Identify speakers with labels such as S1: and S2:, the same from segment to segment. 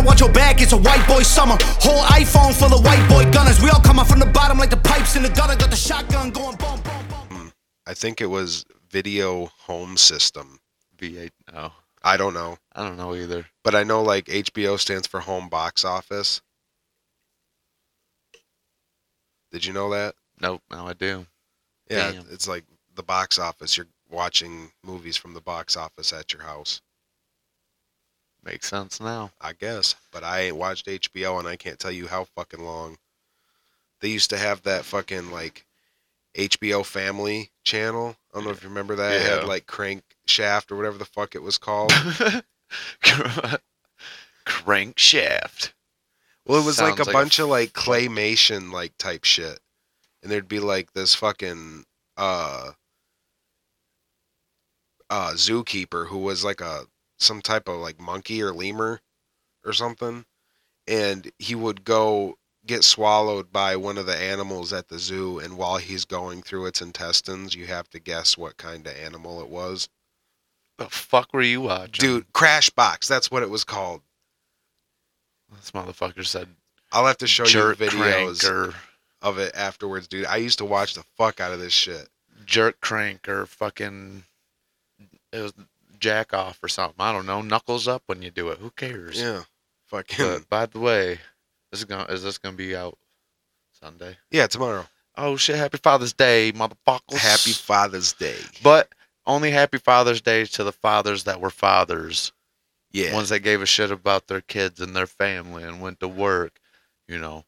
S1: watch your back, it's a white boy summer. Whole iPhone full of white boy gunners. We all coming from the bottom like the pipes in the gutter. Got the shotgun going boom, boom, boom.
S2: I think it was Video Home System. V8.
S3: Oh,
S2: I don't know,
S3: I don't know either.
S2: but I know like HBO stands for Home Box Office. Did you know that?
S3: Nope, now I do.
S2: Yeah,
S3: Damn.
S2: it's like the box office. You're watching movies from the box office at your house,
S3: Makes sense now.
S2: I guess. But I ain't watched HBO, and I can't tell you how fucking long. They used to have that fucking like HBO Family channel. I don't know if you remember that. It
S3: Yeah.
S2: had like Crank Shaft or whatever the fuck it was called.
S3: Crankshaft.
S2: Well, it was like a
S3: Sounds like a
S2: bunch of like claymation like type shit, and there'd be like this fucking uh uh zookeeper who was like a some type of like monkey or lemur or something, and he would go get swallowed by one of the animals at the zoo, and while he's going through its intestines, you have to guess what kind of animal it was.
S3: The fuck were you watching?
S2: Dude, Crash Box, that's what it was called.
S3: This motherfucker said
S2: I'll have to show
S3: jerk
S2: you videos.
S3: crank or
S2: of it afterwards, dude. I used to watch the fuck out of this shit.
S3: jerk crank or fucking it was jack off or something. I don't know. Knuckles up when you do it. Who cares?
S2: Yeah. Fucking
S3: But by the way, this is gonna is this gonna be out Sunday?
S2: yeah. Tomorrow,
S3: Oh shit! Happy Father's Day, motherfuckers.
S2: Happy Father's Day.
S3: but only Happy Father's Day to the fathers that were fathers.
S2: Yeah,
S3: ones that gave a shit about their kids and their family and went to work, you know.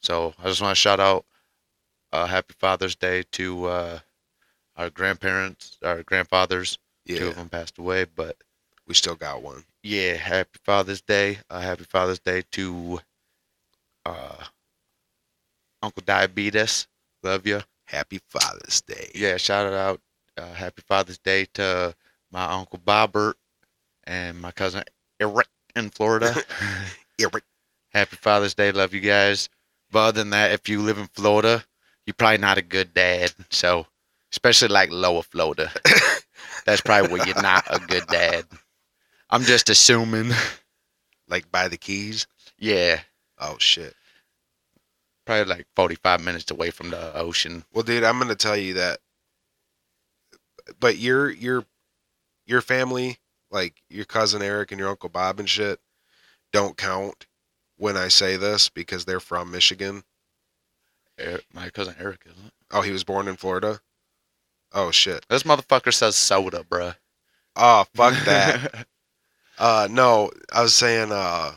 S3: So I just want to shout out uh, Happy Father's Day to uh, our grandparents, our grandfathers. Two
S2: yeah.
S3: of them passed away, but
S2: We still got one.
S3: yeah, Happy Father's Day. Uh, happy Father's Day to uh, Uncle Diabetes. Love you.
S2: Happy Father's Day.
S3: Yeah, shout it out. Uh, happy Father's Day to my Uncle Bobbert and my cousin Eric in Florida.
S2: Eric.
S3: Happy Father's Day. Love you guys. But other than that, if you live in Florida, you're probably not a good dad. So, especially like lower Florida, that's probably where you're not a good dad. I'm just assuming.
S2: Like by the keys.
S3: Yeah.
S2: Oh shit.
S3: Probably like 45 minutes away from the ocean.
S2: Well, dude, I'm gonna tell you that. But your your your family, like your cousin Eric and your uncle Bob and shit, don't count when I say this because they're from Michigan.
S3: Eric, Er, my cousin Eric, isn't it?
S2: Oh, he was born in Florida. Oh shit.
S3: This motherfucker says soda, bruh.
S2: Oh fuck that. Uh, no, I was saying, uh,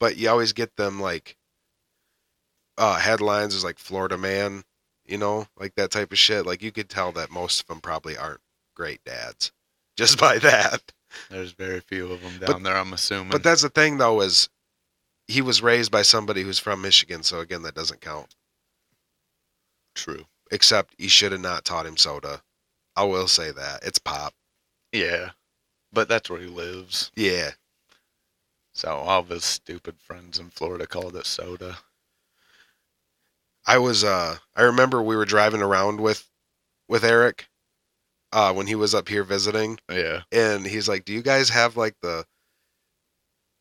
S2: but you always get them like uh, headlines is like Florida man, you know, like that type of shit. Like you could tell that most of them probably aren't great dads just by that.
S3: There's very few of them
S2: But-
S3: down there, I'm assuming.
S2: But that's the thing though is he was raised by somebody who's from Michigan, so again that doesn't count.
S3: true.
S2: Except he should have not taught him soda. I will say that it's pop.
S3: Yeah. But that's where he lives.
S2: Yeah,
S3: So all of his stupid friends in Florida called it soda.
S2: I was uh I remember we were driving around with with Eric uh when he was up here visiting
S3: Yeah.
S2: and he's like, "Do you guys have like the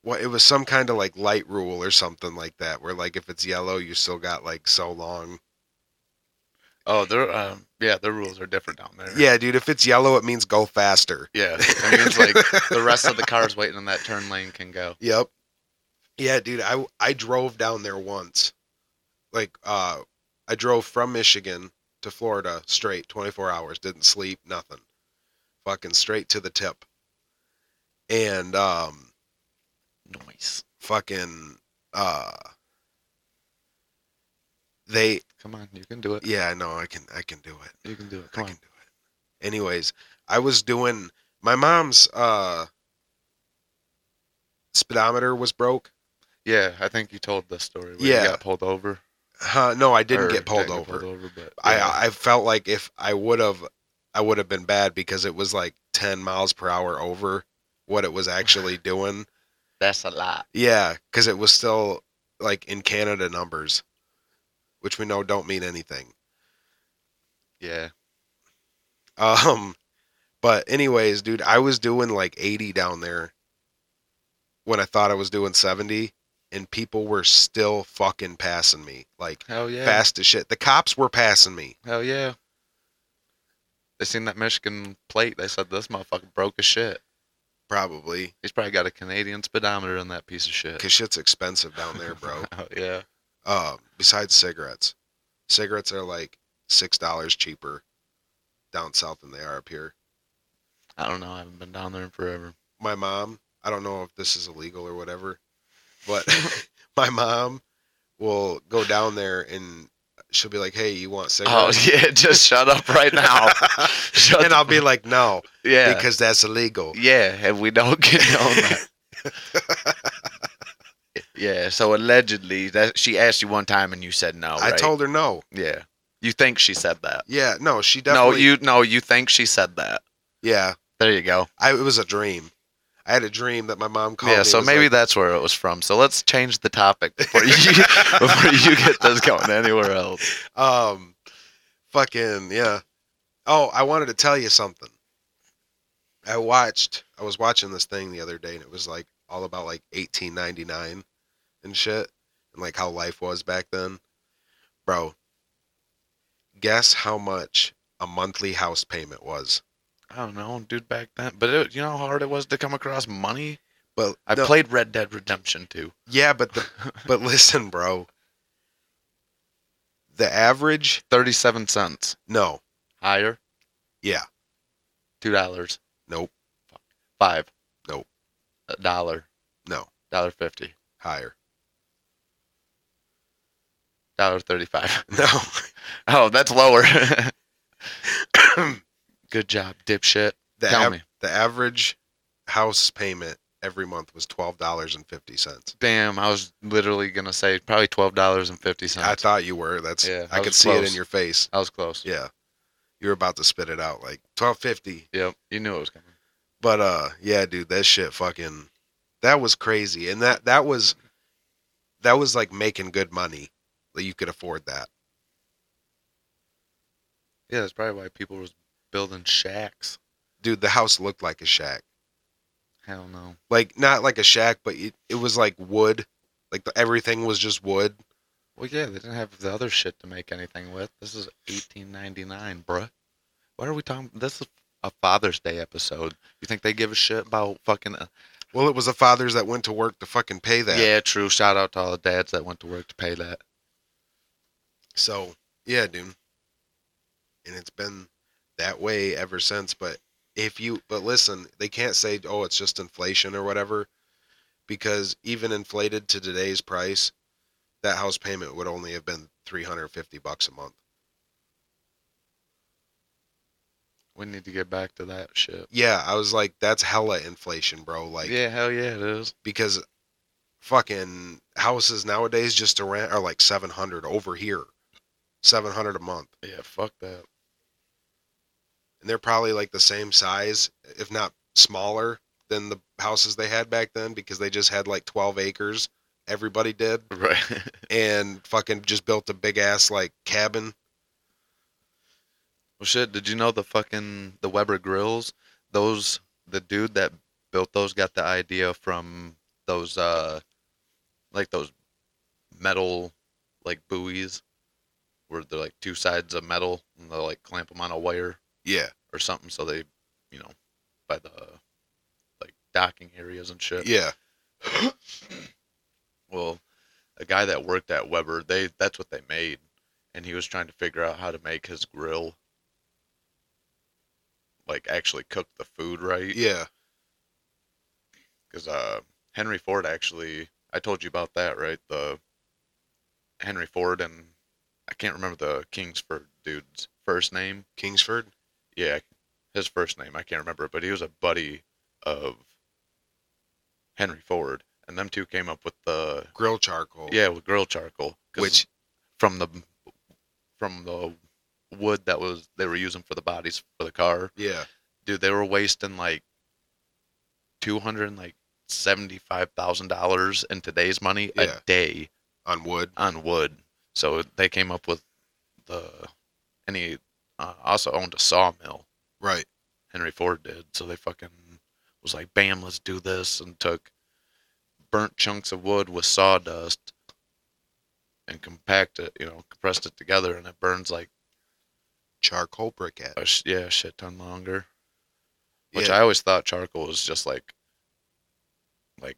S2: what? It was some kind of like light rule or something like that, where like if it's yellow, you still got like so long."
S3: Oh, their um, yeah, their rules are different down there.
S2: Yeah, dude, if it's yellow, it means go faster.
S3: Yeah. It means like the rest of the cars waiting in that turn lane can go.
S2: Yep. Yeah, dude, I I drove down there once, like uh, I drove from Michigan to Florida straight, twenty four hours, didn't sleep, nothing, fucking straight to the tip, and um,
S3: Nice.
S2: fucking uh, they
S3: Come on, you can do it.
S2: Yeah, I know. I can. I can do it.
S3: You can do it.
S2: I
S3: Come
S2: can
S3: on.
S2: do it. Anyways, I was doing my mom's uh speedometer was broke.
S3: Yeah, I think you told the story where
S2: Yeah.
S3: you got pulled over.
S2: Huh, no, I didn't
S3: or
S2: get pulled
S3: didn't
S2: over.
S3: but yeah.
S2: I uh, I felt like if I would have, I would have been bad because it was like ten miles per hour over what it was actually doing.
S3: that's a lot.
S2: Yeah, because it was still like in Canada numbers, which we know don't mean anything.
S3: Yeah.
S2: Um, but anyways, dude, I was doing like 80 down there when I thought I was doing 70, and people were still fucking passing me like
S3: Hell yeah.
S2: fast as shit. The cops were passing me.
S3: Hell yeah. They seen that Michigan plate. They said this motherfucker broke as shit.
S2: Probably
S3: He's probably got a Canadian speedometer on that piece of shit.
S2: because shit's expensive down there, bro.
S3: Oh, yeah.
S2: uh, besides cigarettes, cigarettes are like six dollars cheaper down south than they are up here.
S3: I don't know. I haven't been down there in forever.
S2: my mom i don't know if this is illegal or whatever but my mom will go down there and she'll be like hey you want
S3: Oh
S2: cigarettes
S3: yeah, just shut up right now. Shut
S2: and
S3: the-
S2: i'll be like no
S3: yeah,
S2: because that's illegal
S3: yeah, and we don't get on that. yeah, so allegedly that she asked you one time and you said no.
S2: i
S3: right?
S2: told her no
S3: Yeah, you think she said that?
S2: yeah no she definitely
S3: No, you no, you think she said that.
S2: yeah
S3: There you go.
S2: I, it was a dream i had a dream that my mom called
S3: yeah,
S2: me
S3: so
S2: and was
S3: maybe
S2: like,
S3: that's where it was from. So let's change the topic before you before you get this going anywhere else.
S2: um fucking yeah oh i wanted to tell you something i watched i was watching this thing the other day and it was like all about like 1899 and shit and like how life was back then bro guess how much a monthly house payment was
S3: I don't know, dude, back then. But it, you know how hard it was to come across money.
S2: but
S3: I
S2: no-
S3: played Red Dead Redemption too.
S2: yeah but the, but listen bro the average
S3: Thirty-seven cents.
S2: no
S3: Higher.
S2: yeah
S3: Two dollars.
S2: Nope.
S3: Five.
S2: Nope.
S3: A dollar.
S2: no
S3: Dollar fifty.
S2: higher
S3: Dollar thirty-five.
S2: no
S3: Oh, that's lower. Good job, dipshit.
S2: the
S3: Tell
S2: av-
S3: me.
S2: the average house payment every month was twelve dollars and fifty cents.
S3: Damn, I was literally gonna say probably twelve dollars and fifty cents.
S2: I thought you were. That's
S3: Yeah,
S2: I
S3: I
S2: could
S3: was
S2: see it in
S3: close.
S2: your face.
S3: I was close.
S2: Yeah, you were about to spit it out like twelve fifty.
S3: Yep. You knew it was coming.
S2: But uh, yeah, dude, that shit fucking that was crazy, and that that was that was like making good money. That you could afford that.
S3: Yeah, that's probably why people was building shacks.
S2: Dude, the house looked like a shack.
S3: Hell no.
S2: Like not like a shack, but it, it was like wood. Like the, everything was just wood.
S3: Well, yeah, they didn't have the other shit to make anything with. This is 1899, bruh. What are we talking? This is a Father's Day episode. You think they give a shit about fucking? uh,
S2: Well, it was the fathers that went to work to fucking pay that.
S3: Yeah, true. Shout out to all the dads that went to work to pay that.
S2: So yeah, dude. And it's been that way ever since. But if you but listen, they can't say, oh, it's just inflation or whatever, because even inflated to today's price, that house payment would only have been three hundred fifty bucks a month.
S3: We need to get back to that shit.
S2: Yeah, I was like, that's hella inflation, bro. Like,
S3: yeah, hell yeah, it is.
S2: because fucking houses nowadays just to rent are like seven hundred over here, seven hundred a month.
S3: Yeah, fuck that.
S2: and they're probably like the same size, if not smaller, than the houses they had back then because they just had like 12 acres. Everybody did,
S3: Right.
S2: and fucking just built a big ass like cabin.
S3: well, shit. Did you know the fucking the Weber grills? Those the dude that built those got the idea from those uh, like those metal like buoys, where they're like two sides of metal and they like clamp them on a wire
S2: Yeah,
S3: or something. So they, you know, by the like docking areas and shit.
S2: yeah,
S3: well, a guy that worked at Weber, they that's what they made, and he was trying to figure out how to make his grill like actually cook the food right.
S2: yeah.
S3: Because uh, Henry Ford actually, I told you about that, right? The Henry Ford and I can't remember the Kingsford dude's first name.
S2: Kingsford.
S3: Yeah, his first name I can't remember, but he was a buddy of Henry Ford, and them two came up with the
S2: Grill charcoal.
S3: Yeah, with grill charcoal, 'cause
S2: Which-
S3: from the from the wood that was they were using for the bodies for the car,
S2: yeah.
S3: dude, they were wasting like two hundred and like seventy five thousand dollars in today's money
S2: Yeah.
S3: a day
S2: On wood.
S3: on wood. So they came up with the and he uh, also owned a sawmill.
S2: Right.
S3: Henry Ford did. So they fucking was like, bam, let's do this, and took. bro, burnt chunks of wood with sawdust and compact it, you know, compressed it together, and it burns like
S2: Charcoal briquette.
S3: a sh- yeah, a shit ton longer. Which
S2: Yeah.
S3: I always thought charcoal was just like, like,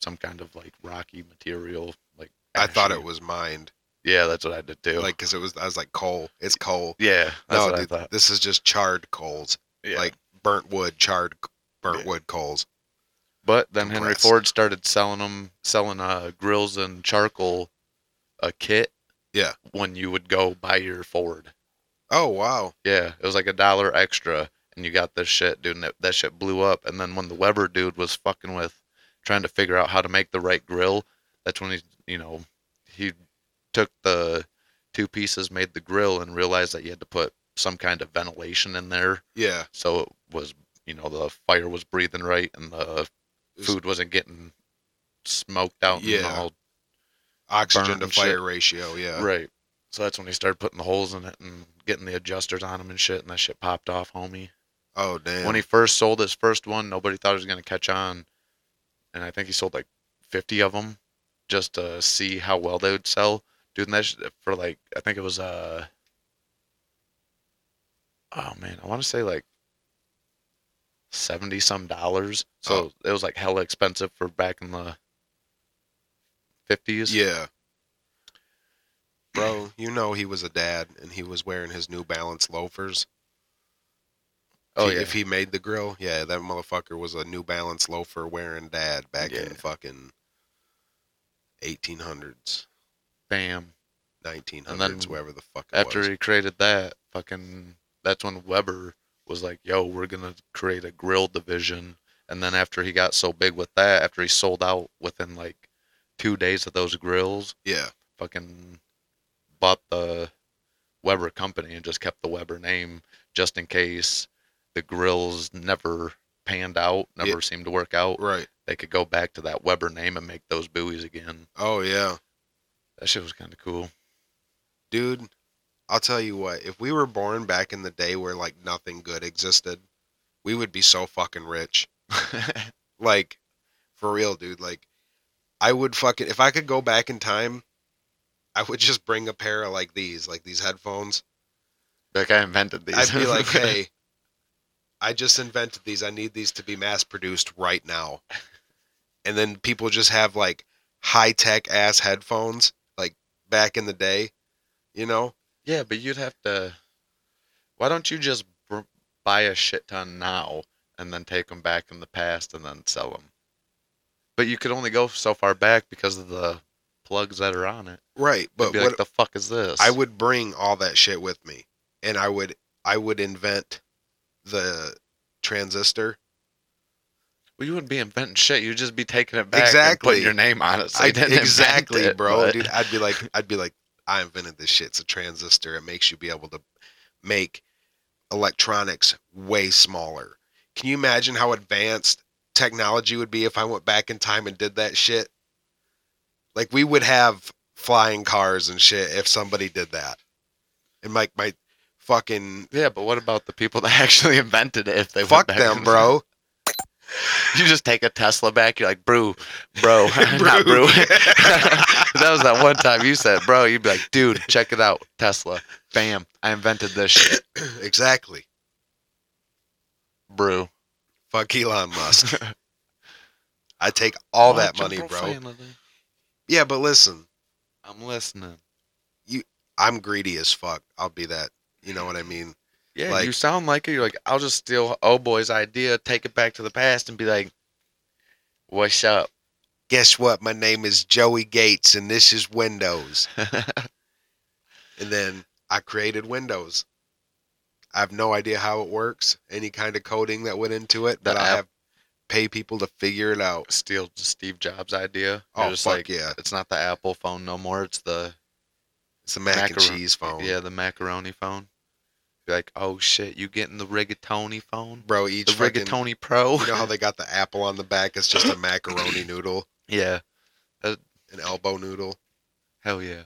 S3: some kind of like rocky material. Like
S2: I thought it
S3: ashy.
S2: was mined,
S3: Yeah, that's what I did too.
S2: like because it was. I was like coal. It's coal.
S3: yeah, that's
S2: No,
S3: what
S2: dude,
S3: I thought.
S2: this is just charred coals,
S3: Yeah.
S2: like burnt wood, charred, c- burnt
S3: Yeah.
S2: wood coals.
S3: But then Henry
S2: Compressed.
S3: Ford started selling them, selling uh, grills and charcoal, a kit.
S2: Yeah.
S3: When you would go buy your Ford.
S2: Oh wow,
S3: Yeah, it was like a dollar extra, and you got this shit, dude. And it, that shit blew up. And then when the Weber dude was fucking with, trying to figure out how to make the right grill, that's when he, you know, he took the two pieces, made the grill, and realized that you had to put some kind of ventilation in there,
S2: yeah,
S3: so it was, you know, the fire was breathing right, and the
S2: It's-
S3: food wasn't getting smoked out and
S2: Yeah. uh,
S3: all
S2: oxygen
S3: Burnt
S2: to
S3: and
S2: fire
S3: shit.
S2: ratio. Yeah,
S3: right. So that's when he started putting the holes in it and getting the adjusters on them and shit, and that shit popped off, homie.
S2: oh damn.
S3: When he first sold his first one, nobody thought he was gonna catch on, and I think he sold like fifty of them just to see how well they would sell. Dude, and that sh- for like I think it was uh oh man, I want to say like seventy some dollars. So it was like hella expensive for back in the fifties.
S2: yeah, bro, you know he was a dad, and he was wearing his New Balance loafers. If
S3: Oh
S2: he-
S3: yeah.
S2: If he made the grill, yeah, that motherfucker was a New Balance loafer wearing dad back in
S3: Yeah.
S2: fucking eighteen hundreds,
S3: Bam.
S2: nineteen
S3: And
S2: hundreds,
S3: then
S2: wherever the fuck it
S3: after
S2: was.
S3: he created that fucking that's when weber was like yo we're gonna create a grill division and then after he got so big with that after he sold out within like two days of those grills
S2: yeah,
S3: fucking bought the weber company and just kept the weber name just in case the grills never panned out never seemed to work out
S2: right.
S3: they could go back to that weber name and make those buoys again
S2: Oh yeah.
S3: that shit was kind of cool
S2: dude i'll tell you what if we were born back in the day where like nothing good existed we would be so fucking rich like for real dude like i would fucking if i could go back in time i would just bring a pair of like these like these headphones
S3: like i invented these
S2: i'd be like hey i just invented these i need these to be mass produced right now and then people just have like high tech ass headphones like back in the day you know
S3: Yeah, but you'd have to. Why don't you just br- buy a shit ton now and then take them back in the past and then sell them? But you could only go so far back because of the plugs that are on it.
S2: right but
S3: But be
S2: what
S3: like, the fuck is this?
S2: I would bring all that shit with me, and I would I would invent the transistor.
S3: Well, you wouldn't be inventing shit. You'd just be taking it back and
S2: Exactly.
S3: putting your name on it. So
S2: I,
S3: you didn't invent
S2: exactly,
S3: it,
S2: bro,
S3: but-
S2: dude. I'd be like I'd be like I invented this shit. It's a transistor. It makes you be able to make electronics way smaller. Can you imagine how advanced technology would be if I went back in time and did that shit? Like we would have flying cars and shit if somebody did that. And like my fucking
S3: Yeah, but what about the people that actually invented it? If they went
S2: fuck
S3: back
S2: them,
S3: and-
S2: bro.
S3: You just take a Tesla back. You're like, bro, bro, not bro. that was that one time you said, bro. You'd be like, dude, check it out, Tesla. Bam, I invented this shit,
S2: exactly.
S3: bro.
S2: Fuck Elon Musk. I take all that
S3: Watch
S2: money,
S3: 'em
S2: bro.
S3: profanity.
S2: Yeah, but listen,
S3: I'm listening.
S2: I'm greedy as fuck. I'll be that. You know what I mean?
S3: Yeah,
S2: Like-
S3: you sound like it. You're like, I'll just steal old boy's idea, take it back to the past, and be like, what's up?
S2: Guess what? My name is Joey Gates, and this is Windows. and then I created Windows. I have no idea how it works, any kind of coding that went into it,
S3: The
S2: but I
S3: app-
S2: have pay people to figure it out.
S3: Steal Steve Jobs' idea. You're
S2: Oh
S3: just
S2: fuck
S3: like,
S2: yeah!
S3: it's not the Apple phone no more. It's the
S2: It's the mac and
S3: macaron-
S2: cheese phone,
S3: Yeah, the macaroni phone. You're like, oh shit, you getting the rigatoni phone?
S2: bro. Each
S3: The
S2: fucking,
S3: rigatoni pro?
S2: you know how they got the apple on the back? It's just a macaroni noodle,
S3: yeah,
S2: an elbow noodle.
S3: hell yeah.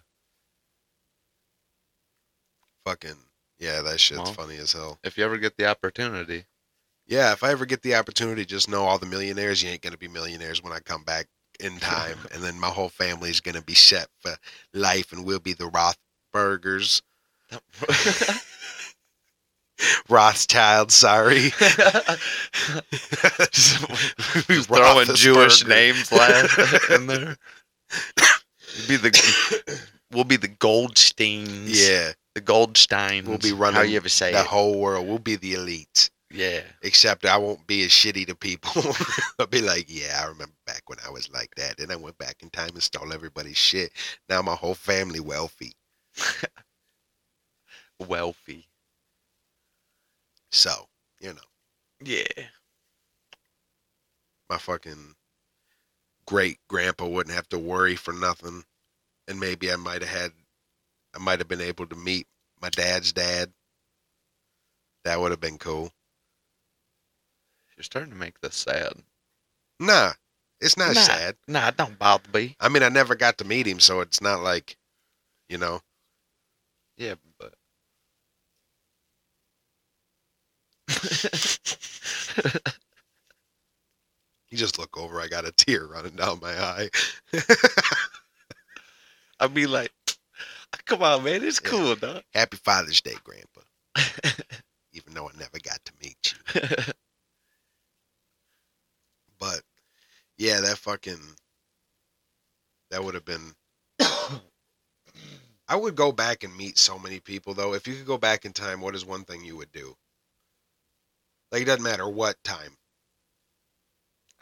S2: fucking yeah, that shit's
S3: Well.
S2: funny as hell.
S3: If you ever get the opportunity,
S2: Yeah, if I ever get the opportunity, just know all the millionaires, you ain't gonna be millionaires when I come back in time, and then my whole family's gonna be set for life, and we'll be the Rothburgers, Rothschild. Sorry,
S3: Just throwing Jewish names last in there. We'll be the we'll be the Goldsteins.
S2: Yeah,
S3: the Goldsteins.
S2: We'll be
S3: How
S2: running
S3: you ever say
S2: the
S3: it?
S2: whole world. We'll be the elite.
S3: yeah,
S2: Except I won't be as shitty to people. I'll be like, yeah, I remember back when I was like that. Then I went back in time and stole everybody's shit. Now my whole family wealthy.
S3: wealthy.
S2: So, you know,
S3: Yeah,
S2: my fucking great grandpa wouldn't have to worry for nothing. And maybe I might have had, I might have been able to meet my dad's dad. That would have been cool.
S3: you're starting to make this sad.
S2: Nah, it's not
S3: Nah.
S2: sad.
S3: Nah, don't bother me.
S2: I mean, I never got to meet him, so it's not like, you know,
S3: Yeah, but
S2: you just look over, I got a tear running down my eye.
S3: I'd be like, come on, man, it's
S2: Yeah.
S3: cool, dog.
S2: Happy Father's Day, Grandpa. Even though I never got to meet you. But yeah, that fucking that would have been I would go back and meet so many people though. If you could go back in time, what is one thing you would do? Like it doesn't matter what time.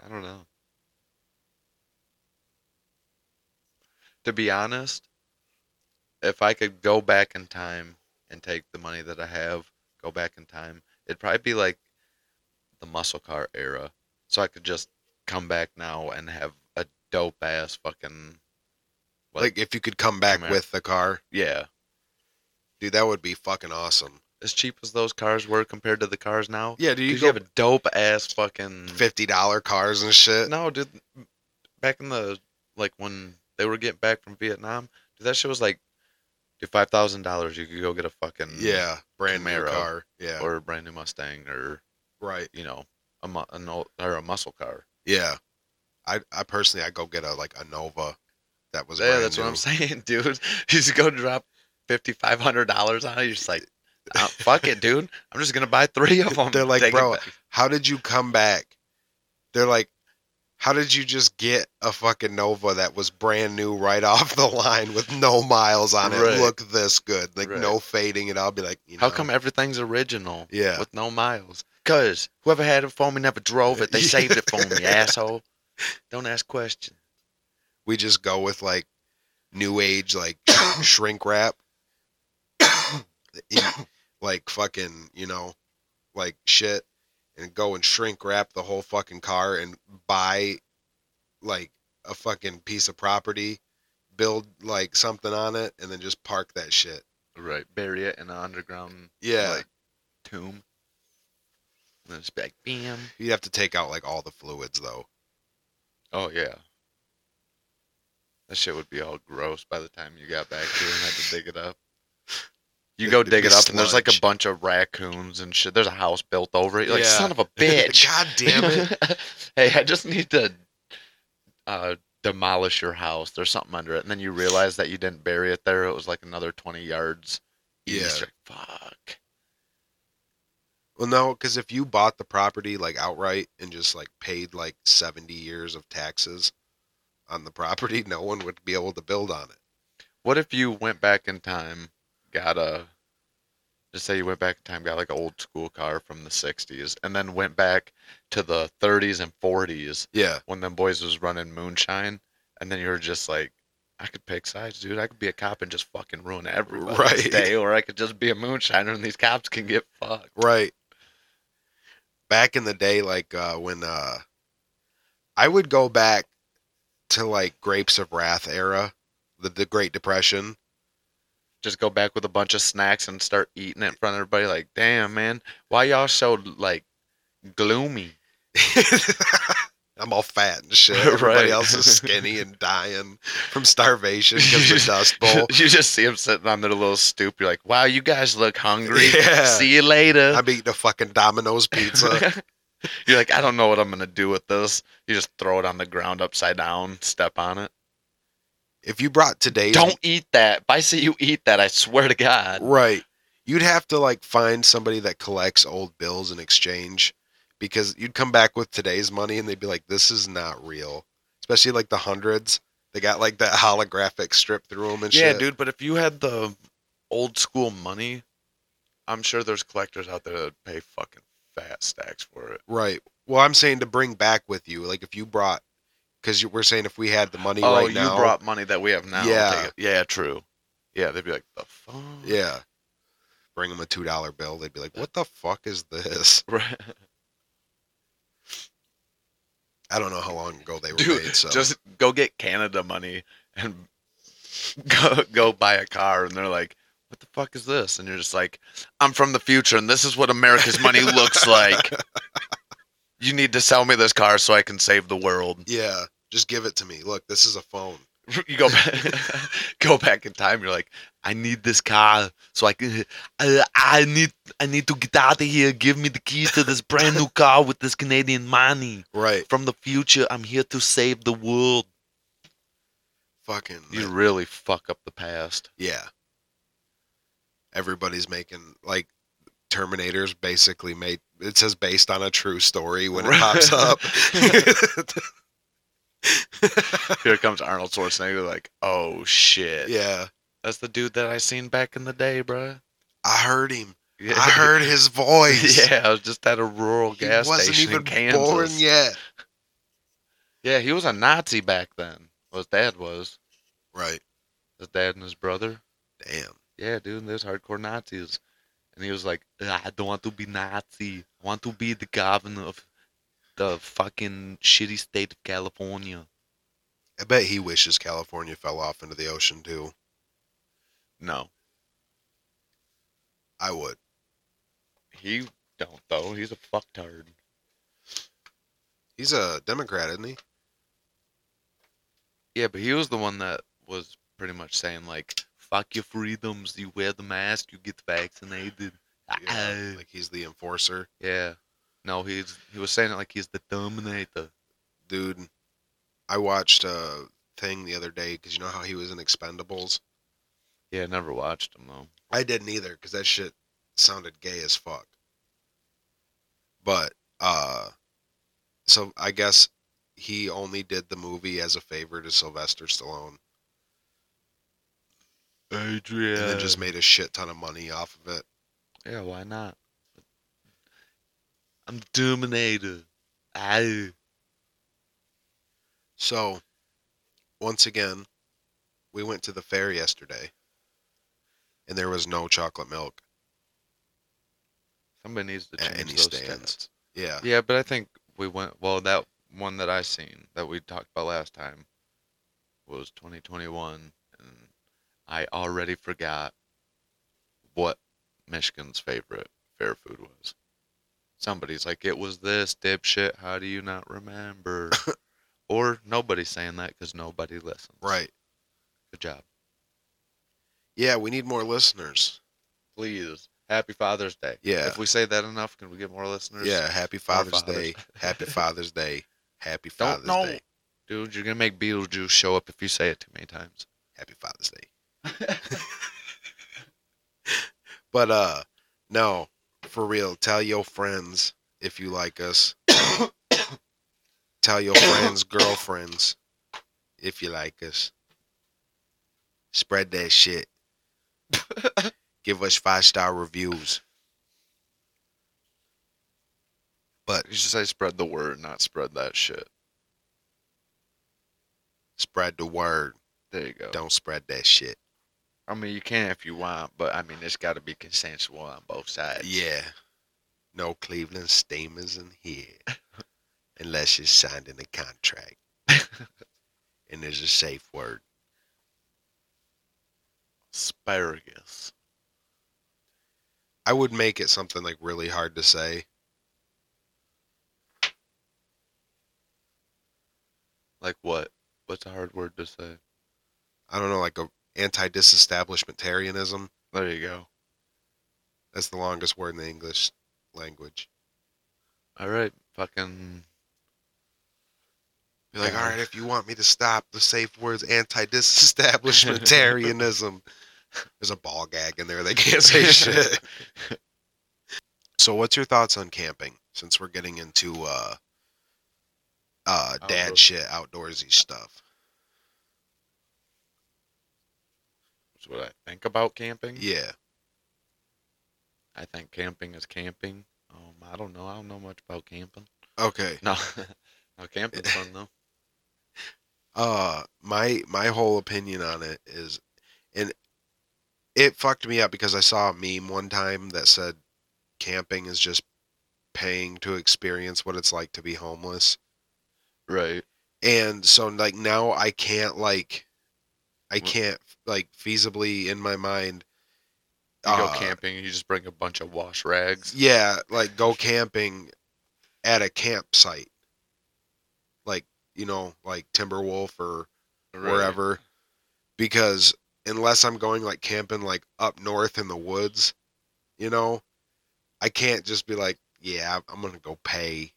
S3: I don't know. To be honest, if I could go back in time and take the money that I have, go back in time, it'd probably be like the muscle car era. So I could just come back now and have a dope ass fucking What?
S2: Like if you could come back
S3: Come here.
S2: with the car,
S3: yeah.
S2: dude, that would be fucking awesome.
S3: As cheap as those cars were compared to the cars now,
S2: Yeah, do
S3: Oh, you,
S2: you
S3: you
S2: go
S3: have a dope ass fucking
S2: fifty dollar cars and shit?
S3: No, dude. Back in the like when they were getting back from Vietnam, dude, that shit was like, dude, five thousand dollars, you could go get a fucking
S2: Yeah, brand new
S3: Camaro.
S2: car. Yeah,
S3: oh. or a brand new Mustang or
S2: right.
S3: you know a mu- an old, or a muscle car.
S2: Yeah, I I personally I go get a like a Nova. That was
S3: Yeah,
S2: brand
S3: that's what I'm
S2: new.
S3: saying, dude. You just go drop fifty five hundred dollars on it. You're just like, "Ah, fuck it, dude. I'm just gonna buy three of them.
S2: They're like, "Bro, How did you come back? They're like, how did you just get a fucking Nova that was brand new right off the line with no miles on it?
S3: Right.
S2: Look this good, like
S3: Right.
S2: no fading, and I'll be like, you
S3: how
S2: know,
S3: come everything's original
S2: Yeah,
S3: with no miles? Cause whoever had it for me never drove it. They
S2: Yeah.
S3: saved it for me, asshole. Don't ask questions.
S2: we just go with like new age like shrink wrap Eat, like fucking you know like shit and go and shrink wrap the whole fucking car and buy like a fucking piece of property build like something on it and then just park that shit
S3: Right. Bury it in an underground
S2: yeah
S3: like, tomb. And it's like bam.
S2: you'd have to take out like all the fluids though
S3: Oh yeah. That shit would be all gross by the time you got back here and had to dig it up. You go
S2: It'd
S3: dig
S2: be
S3: it up and there's like a
S2: sludge.
S3: bunch of raccoons and shit. There's a house built over it. You're like,
S2: Yeah.
S3: son of a bitch.
S2: god damn it
S3: hey, I just need to uh demolish your house. There's something under it. And then you realize that you didn't bury it there. It was like another twenty yards.
S2: Yeah.
S3: east. You're like, Fuck.
S2: Well, no, because if you bought the property like outright and just like paid like seventy years of taxes on the property, no one would be able to build on it.
S3: What if you went back in time, got a, just say you went back in time, got like an old school car from the '60s, and then went back to the '30s and '40s
S2: Yeah,
S3: when them boys was running moonshine, and then you were just like, I could pick sides, dude. I could be a cop and just fucking ruin everybody's
S2: Right.
S3: day, or I could just be a moonshiner and these cops can get fucked.
S2: right. Back in the day, like uh, when uh, I would go back to like Grapes of Wrath era, the, the Great Depression.
S3: Just go back with a bunch of snacks and start eating it in front of everybody. Like, damn, man, why y'all so like gloomy?
S2: I'm all fat and shit. Everybody
S3: Right.
S2: else is skinny and dying from starvation because of the Dust Bowl.
S3: you just see him sitting on their little stoop. You're like, wow, you guys look hungry.
S2: Yeah.
S3: See you later.
S2: I'm eating a fucking Domino's pizza.
S3: You're like, I don't know what I'm gonna do with this. You just throw it on the ground upside down, step on it.
S2: If you brought today's
S3: Don't eat that. If I see you eat that, I swear to God.
S2: Right. You'd have to like find somebody that collects old bills in exchange because you'd come back with today's money and they'd be like, this is not real. Especially like the hundreds. They got like that holographic strip through them and
S3: yeah,
S2: shit.
S3: dude. But if you had the old school money, I'm sure there's collectors out there that pay fucking fat stacks for it.
S2: Right. Well, I'm saying to bring back with you. Like if you brought, because we're saying if we had the money
S3: oh,
S2: right
S3: you
S2: now.
S3: brought money that we have now.
S2: Yeah.
S3: Take it. yeah, true. Yeah, they'd be like, the fuck.
S2: Yeah. Bring them a $2 bill. They'd be like, what the fuck is this?
S3: Right.
S2: I don't know how long ago they were
S3: Dude,
S2: made. So.
S3: just go get Canada money and go go buy a car, and they're like, "What the fuck is this?" And you're just like, "I'm from the future, and this is what America's money looks like." You need to sell me this car so I can save the world.
S2: yeah. Just give it to me. Look, this is a phone.
S3: You go back, go back in time. You're like, I need this car so I can. I, I need I need to get out of here. Give me the keys to this brand new car with this Canadian money
S2: Right.
S3: from the future. I'm here to save the world.
S2: Fucking.
S3: You really fuck up the past.
S2: Yeah. Everybody's making like Terminators basically made it says based on a true story when it
S3: Right.
S2: pops up.
S3: Here comes Arnold Schwarzenegger, like, oh shit.
S2: yeah.
S3: That's the dude that I seen back in the day, bro.
S2: I heard him. I heard his voice.
S3: yeah, I was just at a rural
S2: He
S3: gas
S2: wasn't
S3: station
S2: even
S3: in Kansas.
S2: born yet.
S3: Yeah, he was a Nazi back then. Well, his dad was.
S2: Right.
S3: His dad and his brother.
S2: Damn.
S3: Yeah, dude, there's hardcore Nazis. And he was like, "Ugh, I don't want to be Nazi. I want to be the governor of the fucking shitty state of California.
S2: I bet he wishes California fell off into the ocean too.
S3: No.
S2: I would.
S3: He don't though. He's a fucktard.
S2: He's a Democrat, isn't he?
S3: Yeah, but he was the one that was pretty much saying like, "Fuck your freedoms. You wear the mask. You get vaccinated."
S2: Yeah.
S3: Yeah.
S2: Like he's the enforcer.
S3: yeah. No, he's he was saying it like he's the Terminator.
S2: Dude, I watched a thing the other day because you know how he was in Expendables?
S3: Yeah, I never watched him though.
S2: I didn't either because that shit sounded gay as fuck. But uh, so I guess he only did the movie as a favor to Sylvester Stallone,
S3: Adrian.
S2: and then just made a shit ton of money off of it.
S3: yeah, why not? I'm the Terminator. I
S2: So, once again, we went to the fair yesterday, and there was no chocolate milk.
S3: somebody needs to
S2: At
S3: change
S2: any
S3: those
S2: stands.
S3: stats.
S2: Yeah,
S3: Yeah, but I think we went well. That one that I seen that we talked about last time was 2021, and I already forgot what Michigan's favorite fair food was. Somebody's like, "It was this dipshit." How do you not remember? or nobody's saying that because nobody listens.
S2: right.
S3: Good job.
S2: Yeah, we need more listeners.
S3: Please. Happy Father's Day.
S2: Yeah.
S3: If we say that enough, can we get more listeners?
S2: Yeah, happy Father's,
S3: fathers.
S2: Day. Happy Father's Day. Happy
S3: Don't
S2: Father's
S3: know.
S2: Day.
S3: Dude, you're gonna make Beetlejuice show up if you say it too many times.
S2: happy Father's Day. but uh no, for real, tell your friends if you like us. tell your friends, girlfriends, if you like us. Spread that shit. Give us five star reviews. But
S3: uh, You should say spread the word, not spread that shit.
S2: spread the word.
S3: There you go.
S2: Don't spread that shit.
S3: I mean, you can if you want, but I mean, it's got to be consensual on both sides.
S2: Yeah. No Cleveland steamers in here. Unless it's signed in a contract. and there's a safe word.
S3: Asparagus.
S2: I would make it something like really hard to say.
S3: Like what? What's a hard word to say?
S2: I don't know, like a anti disestablishmentarianism.
S3: There you go.
S2: That's the longest word in the English language.
S3: All right, fucking
S2: Be like,
S3: Yeah.
S2: all right, if you want me to stop, the safe word's anti-disestablishmentarianism. There's a ball gag in there. They can't say shit. so, what's your thoughts on camping? Since we're getting into uh, uh, dad
S3: Outdoor-
S2: shit, outdoorsy stuff.
S3: is what I think about camping.
S2: Yeah,
S3: I think camping is camping. Um, I don't know. I don't know much about camping.
S2: okay.
S3: No, no camping's fun though.
S2: Uh, my my whole opinion on it is, and it fucked me up because I saw a meme one time that said camping is just paying to experience what it's like to be homeless.
S3: Right.
S2: and so like now i can't like i
S3: Wh-
S2: can't like feasibly in my mind
S3: You go
S2: uh,
S3: camping, you just bring a bunch of wash rags.
S2: yeah like go camping at a campsite like you know like timberwolf or
S3: Right.
S2: wherever because unless i'm going like camping like up north in the woods you know i can't just be like yeah i'm- i'm gonna go pay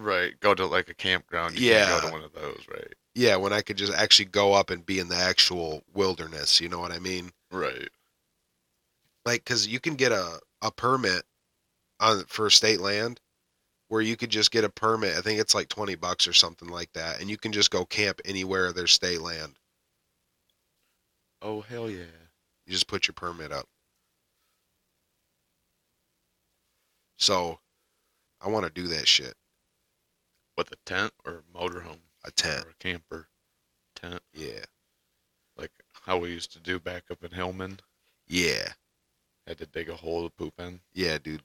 S3: Right. Go to like a campground. You yeah. Go
S2: Yeah.
S3: to one of those. Right.
S2: yeah when i could just actually go up and be in the actual wilderness you know what i mean
S3: Right.
S2: like because you can get a, a permit on for state land where you could just get a permit i think it's like 20 bucks or something like that and you can just go camp anywhere there's state land
S3: Oh hell yeah.
S2: you just put your permit up so i want to do that shit
S3: With a tent or a motorhome
S2: a
S3: or
S2: tent
S3: a camper tent,
S2: yeah
S3: like how we used to do back up in Hillman.
S2: yeah
S3: Had to dig a hole to poop in.
S2: yeah dude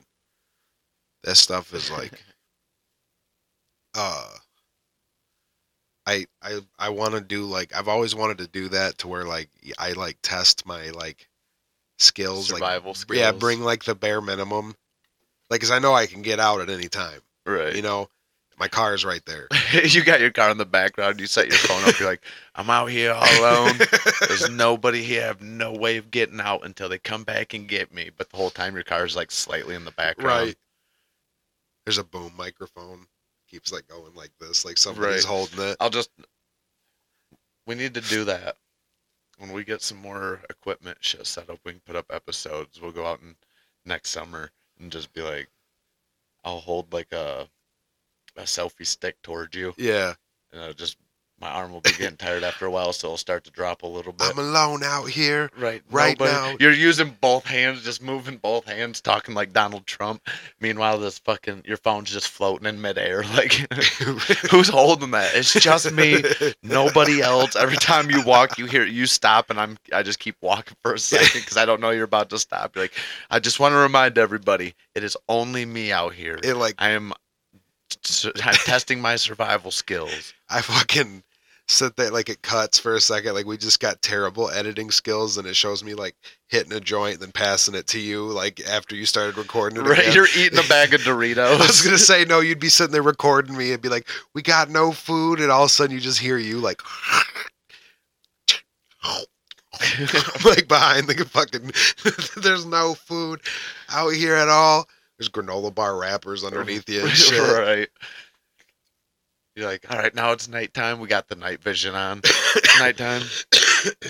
S2: that stuff is like uh I I I want to do like I've always wanted to do that to where like I like test my like skills
S3: survival
S2: like
S3: skills.
S2: yeah bring like the bare minimum like cuz I know I can get out at any time
S3: right.
S2: you know my car's right there
S3: you got your car in the background. You set your phone up. You're like, I'm out here all alone. There's nobody here. I have no way of getting out until they come back and get me. But the whole time, your car's like slightly in the background.
S2: right there's a boom microphone keeps like going like this like somebody's
S3: Right. Uh,
S2: holding it
S3: I'll just. We need to do that. When we get some more equipment shit set up, we can put up episodes. We'll go out and next summer and just be like, I'll hold like a a selfie stick towards you,
S2: yeah
S3: and I'll just my arm will be getting tired after a while, so it'll start to drop a little bit.
S2: I'm alone out here
S3: Right,
S2: Right
S3: nobody-
S2: now-
S3: you're using both hands, just moving both hands, talking like Donald Trump. Meanwhile, this fucking your phone's just floating in midair. Like, who's holding that? It's just me, nobody else. Every time you walk, you hear you stop, and I'm I just keep walking for a second because I don't know you're about to stop. You're like, I just want to remind everybody, it is only me out here.
S2: it like
S3: I am. s- I'm testing my survival skills.
S2: I fucking sit there like it cuts for a second. Like we just got terrible editing skills, and it shows me like hitting a joint, then passing it to you like after you started recording it.
S3: Right,
S2: again.
S3: you're eating a bag of
S2: I was
S3: Doritos.
S2: gonna say no. You'd be sitting there recording me and be like, "We got no food," and all of a sudden you just hear you like, like behind the fucking. There's no food out here at all. There's granola bar wrappers underneath you and shit.
S3: Right. You're like, all right, now it's nighttime. We got the night vision on. nighttime.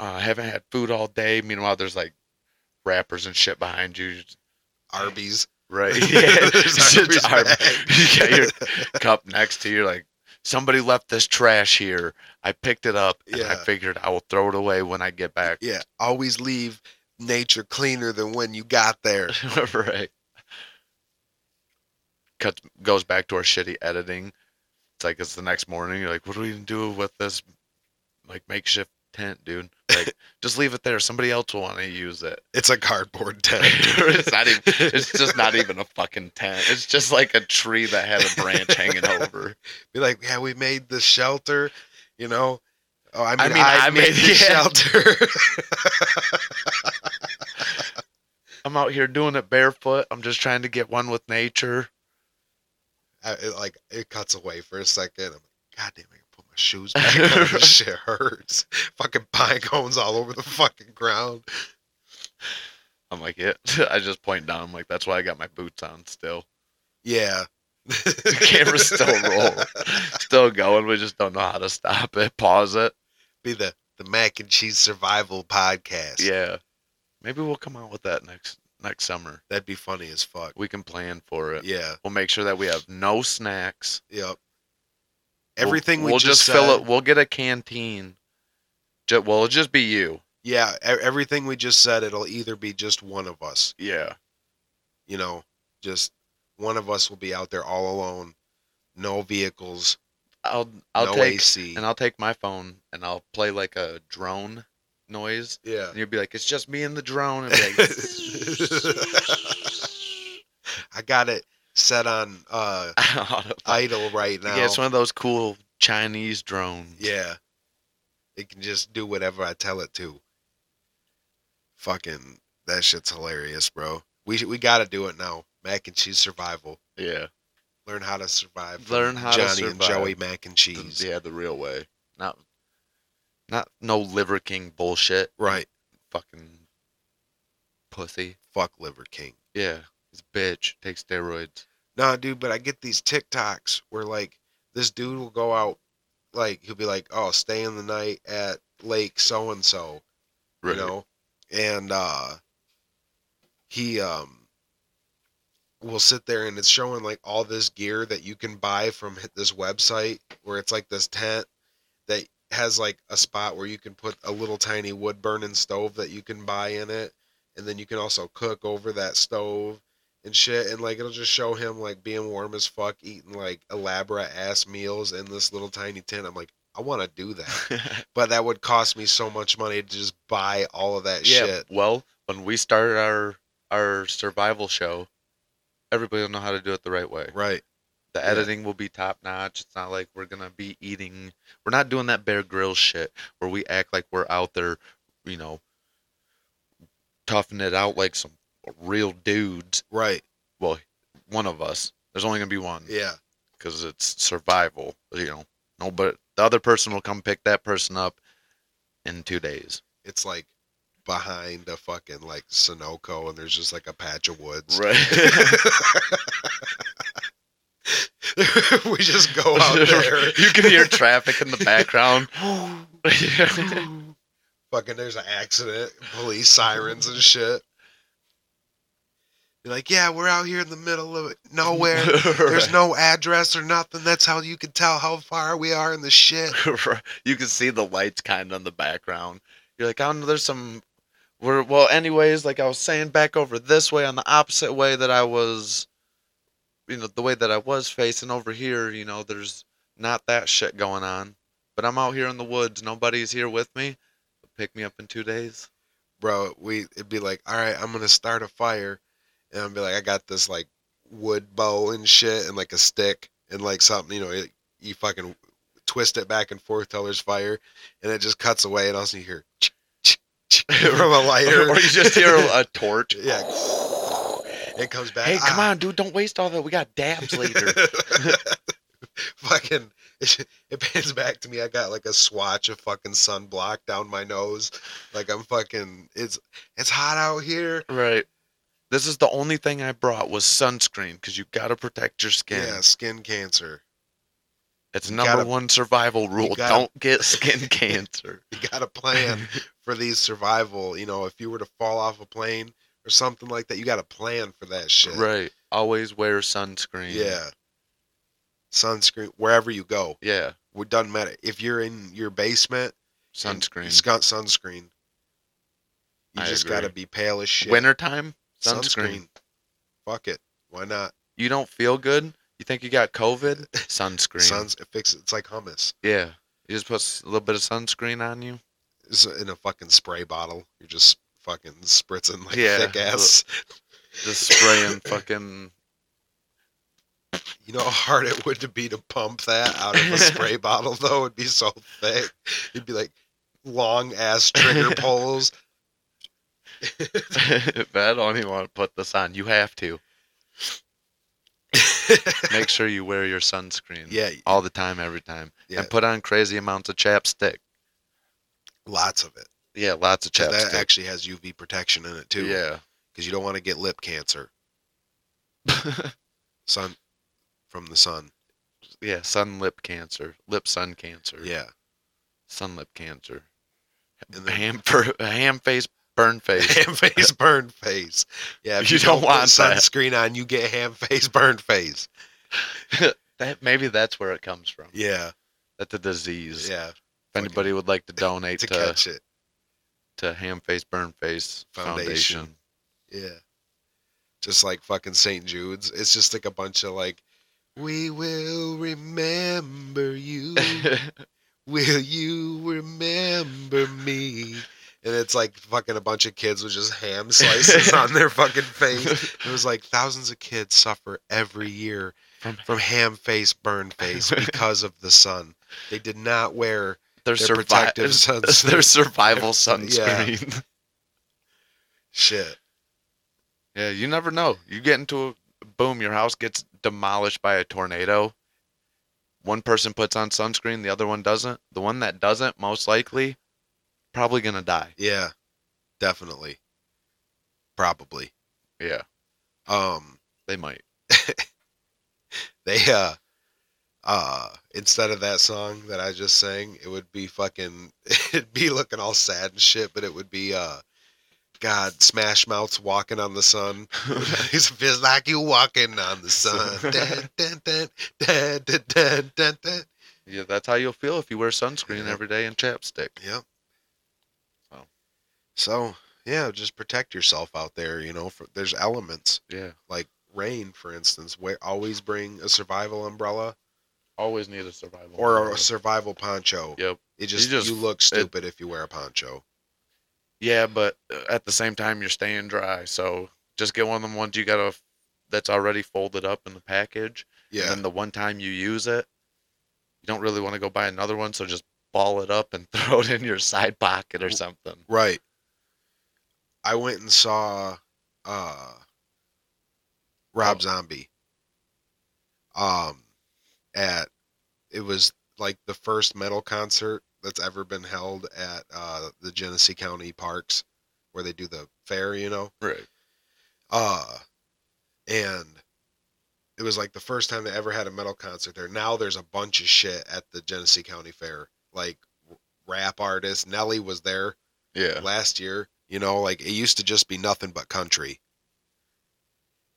S3: Uh, I haven't had food all day. Meanwhile, there's like wrappers and shit behind you.
S2: Arby's.
S3: Right.
S2: There's
S3: it's
S2: Arby's
S3: Arby-
S2: bag.
S3: you got your cup next to you. You're like, somebody left this trash here. I picked it up and I
S2: Yeah.
S3: figured I will throw it away when I get back.
S2: Yeah, always leave nature cleaner than when you got there.
S3: right. Cuts goes back to our shitty editing. It's like it's the next morning. You're like, what are we gonna do with this like makeshift tent, dude? Like, just leave it there. Somebody else will want to use it.
S2: It's a cardboard
S3: it's
S2: tent.
S3: not even. It's just not even a fucking tent. It's just like a tree that had a branch hanging over.
S2: Be like, yeah, we made the shelter, you know. Oh, I mean,
S3: I
S2: I,
S3: mean, I
S2: made,
S3: made-
S2: the
S3: yeah.
S2: shelter.
S3: I'm out here doing it barefoot. I'm just trying to get one with nature.
S2: I, it, like it cuts away for a second. I'm like, God damn, I can put my shoes back on. This shit hurts. Fucking pine cones all over the fucking ground.
S3: I'm like, yeah. I just point down. I'm like, that's why I got my boots on still.
S2: Yeah.
S3: The camera's still rolling, still going. We just don't know how to stop it, pause it.
S2: Be the the mac and cheese survival podcast.
S3: Yeah, maybe we'll come out with that next next summer.
S2: That'd be funny as fuck.
S3: We can plan for it.
S2: Yeah.
S3: We'll make sure that we have no snacks.
S2: Yep.
S3: We'll-
S2: Everything
S3: we'll,
S2: we
S3: just,
S2: just,
S3: fill
S2: said-
S3: it. We'll get a canteen. Ju- well, it'll just be you.
S2: Yeah, e- everything we just said, it'll either be just one of us,
S3: Yeah.
S2: you know, just one of us will be out there all alone, no vehicles,
S3: I'll I'll
S2: no
S3: take
S2: AC.
S3: and I'll take my phone and I'll play like a drone noise.
S2: yeah.
S3: And you'll be like, it's just me and the drone. And I'll be like,
S2: I got it set on uh idle right now.
S3: yeah, it's one of those cool Chinese drones.
S2: Yeah. It can just do whatever I tell it to. Fucking that shit's hilarious, bro. We should- we got to do it now. Mac and cheese survival.
S3: Yeah.
S2: Learn how to survive. from
S3: Learn how to
S2: Johnny and
S3: survive.
S2: Joey mac and
S3: The-
S2: cheese.
S3: yeah, the real way. Not not no liver king bullshit.
S2: Right.
S3: Fucking pussy.
S2: Fuck Liver King.
S3: Yeah. It's a bitch. Take steroids.
S2: Nah, dude, but I get these TikToks where like this dude will go out like he'll be like, "Oh, stay in the night at Lake so and so."
S3: Right.
S2: you know and uh he um will sit there and it's showing like all this gear that you can buy from h- this website where it's like this tent that has like a spot where you can put a little tiny wood burning stove that you can buy in it and then you can also cook over that stove and shit and like it'll just show him like being warm as fuck eating like elaborate ass meals in this little tiny tent i'm like i want to do that but that would cost me so much money to just buy all of that
S3: yeah.
S2: shit.
S3: Well, when we started our our survival show, everybody will know how to do it the right way.
S2: Right.
S3: The editing will be top notch. It's not like we're gonna be eating. We're not doing that Bear grill shit where we act like we're out there, you know, toughing it out like some real dudes.
S2: Right.
S3: Well, one of us. There's only gonna be one
S2: Yeah.
S3: because it's survival. You know, no, but the other person will come pick that person up in two days.
S2: It's like behind a fucking like Sunoco and there's just like a patch of woods.
S3: Right.
S2: we just go out there.
S3: you can hear traffic in the background.
S2: Fucking there's an accident, police sirens and shit. You're like, yeah, we're out here in the middle of nowhere. There's no address or nothing. That's how you can tell how far we are in the shit.
S3: you can see the lights kind of in the background. You're like, I don't know. There's some. We're, well, anyways, like I was saying, back over this way on the opposite way that I was, you know, the way that I was facing over here. You know, there's not that shit going on. But I'm out here in the woods. Nobody's here with me. Pick me up in two days.
S2: bro, we it'd be like, all right, I'm gonna start a fire, and I'd be like, I got this like wood bow and shit, and like a stick and like something, you know, it, you fucking twist it back and forth till there's fire, and it just cuts away, and all of a sudden you hear from a lighter,
S3: or you just hear a torch.
S2: yeah, it comes back.
S3: Hey, come
S2: ah.
S3: on, dude! Don't waste all that. We got dabs later.
S2: fucking it, pans back to me. I got like a swatch of fucking sunblock down my nose. Like I'm fucking it's it's hot out here.
S3: right. This is the only thing I brought was sunscreen because you gotta protect your skin.
S2: Yeah, skin cancer.
S3: It's
S2: You
S3: number
S2: gotta-
S3: one survival rule.
S2: gotta-
S3: Don't get skin cancer.
S2: you got a plan for these survival. You know, if you were to fall off a plane or something like that, you got a plan for that shit.
S3: Right. Always wear sunscreen.
S2: Yeah. Sunscreen wherever you go,
S3: Yeah.
S2: it doesn't matter. If you're in your basement,
S3: Sunscreen.
S2: It's got sunscreen. You
S3: I
S2: just
S3: agree.
S2: gotta be pale as shit.
S3: Wintertime, sunscreen.
S2: Fuck it. Why not?
S3: You don't feel good. You think you got COVID? Sunscreen.
S2: Suns. It fixes. It's like hummus.
S3: yeah. You just put s- a little bit of sunscreen on you.
S2: It's in a fucking spray bottle. You're just fucking spritzing like
S3: Yeah.
S2: thick ass.
S3: Just spraying fucking.
S2: You know how hard it would to be to pump that out of a spray bottle, though. It'd be so thick. It'd be like long ass trigger pulls.
S3: I don't even want to put this on. You have to. Make sure you wear your sunscreen.
S2: yeah,
S3: all the time, every time,
S2: Yeah.
S3: and put on crazy amounts of chapstick.
S2: lots of it.
S3: Yeah, lots of
S2: 'Cause That
S3: chapstick.
S2: actually has UV protection in it too.
S3: yeah,
S2: because you don't want to get lip cancer. Sun from the sun.
S3: Yeah, sun lip cancer, lip sun cancer,
S2: Yeah.
S3: sun lip cancer,
S2: And then-
S3: ham per, ham face, burn face.
S2: ham face, burned face. Yeah. If
S3: You
S2: you,
S3: don't
S2: don't,
S3: want
S2: put
S3: that.
S2: sunscreen on, you get ham face, burned face.
S3: that maybe that's where it comes from.
S2: Yeah.
S3: That's a disease.
S2: Yeah.
S3: if anybody would like to donate
S2: To
S3: to
S2: catch it.
S3: to Ham Face Burn Face
S2: Foundation.
S3: Foundation.
S2: Yeah. Just like fucking St. Jude's. It's just like a bunch of like, we will remember you. will you remember me? And it's like fucking a bunch of kids with just ham slices on their fucking face. It was like thousands of kids suffer every year
S3: From-
S2: from, ham face, burn face because of the sun. They did not wear
S3: Their,
S2: Their
S3: survi-
S2: protective
S3: their
S2: sunscreen.
S3: survival sunscreen.
S2: shit.
S3: Yeah. you never know. You get into a boom, your house gets demolished by a tornado. One person puts on sunscreen, the other one doesn't. The one that doesn't, most likely, probably gonna die.
S2: Yeah, definitely. Probably.
S3: Yeah,
S2: Um,
S3: they might.
S2: they uh uh instead of that song that I just sang, it would be fucking it'd be looking all sad and shit, but it would be uh God, Smash Mouth's walking on the sun. It feels like you walking on the sun. Dun, dun, dun, dun, dun, dun, dun, dun.
S3: Yeah, that's how you'll feel if you wear sunscreen
S2: Yeah.
S3: every day and chapstick.
S2: Yep.
S3: Wow.
S2: So yeah, just protect yourself out there. You know, for, there's elements
S3: Yeah,
S2: like rain, for instance. Wear, always bring a survival umbrella
S3: always need a survival.
S2: or a
S3: umbrella.
S2: survival poncho.
S3: Yep.
S2: It just you,
S3: just-
S2: look stupid if you wear a poncho.
S3: Yeah, but uh, at the same time, you're staying dry. So just get one of them ones you got to that's already folded up in the package.
S2: Yeah.
S3: And then the one time you use it, you don't really want to go buy another one. So just ball it up and throw it in your side pocket or something.
S2: right. I went and saw uh Rob
S3: Oh.
S2: Zombie. Um at it was like the first metal concert that's ever been held at uh the Genesee County Parks where they do the fair, you know.
S3: Right.
S2: Uh and it was like the first time they ever had a metal concert there. Now there's a bunch of shit at the Genesee County Fair. Like r- rap artists. Nelly was there
S3: Yeah.
S2: last year. You know, like it used to just be nothing but country.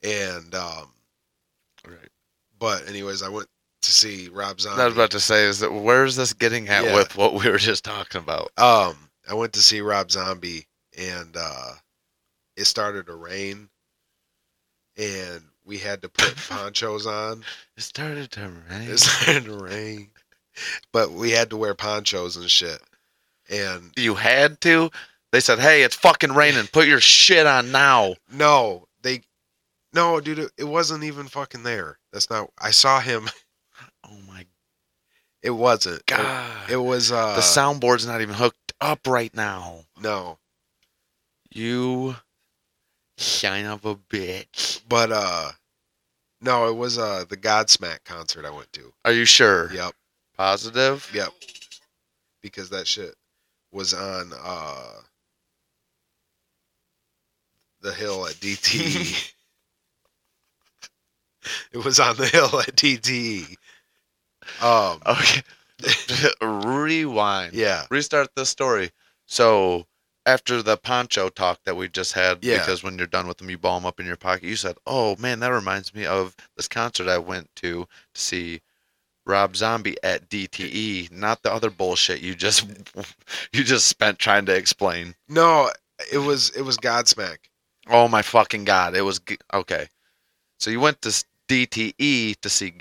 S2: And um
S3: Right.
S2: but anyways, I went to see Rob Zombie.
S3: I was about to say is that where is this getting at
S2: Yeah.
S3: with what we were just talking about?
S2: Um, I went to see Rob Zombie, and uh, it started to rain, and we had to put ponchos on.
S3: It started to rain.
S2: It started to rain, but we had to wear ponchos and shit. And
S3: you had to. They said, "Hey, it's fucking raining. Put your shit on now."
S2: no, they, no, dude, it- it wasn't even fucking there. That's not. I saw him.
S3: Oh my
S2: It wasn't. It-
S3: god!
S2: It, was. Uh,
S3: the soundboard's not even hooked up right now.
S2: no,
S3: You shine of a bitch.
S2: but uh, no, it was uh the Godsmack concert I went to.
S3: Are you sure?
S2: Yep.
S3: Positive?
S2: Yep. Because that shit was on uh the hill at DTE. it was on the hill at DTE. Um
S3: Okay. Rewind.
S2: yeah.
S3: Restart the story. So after the poncho talk that we just had,
S2: Yeah.
S3: because when you're done with them, you ball them up in your pocket. You said, "Oh man, that reminds me of this concert I went to to see Rob Zombie at DTE, not the other bullshit you just you just spent trying to explain."
S2: No, it was it was Godsmack.
S3: Oh my fucking god! It was g- okay. So you went to s- DTE to see Godsmack.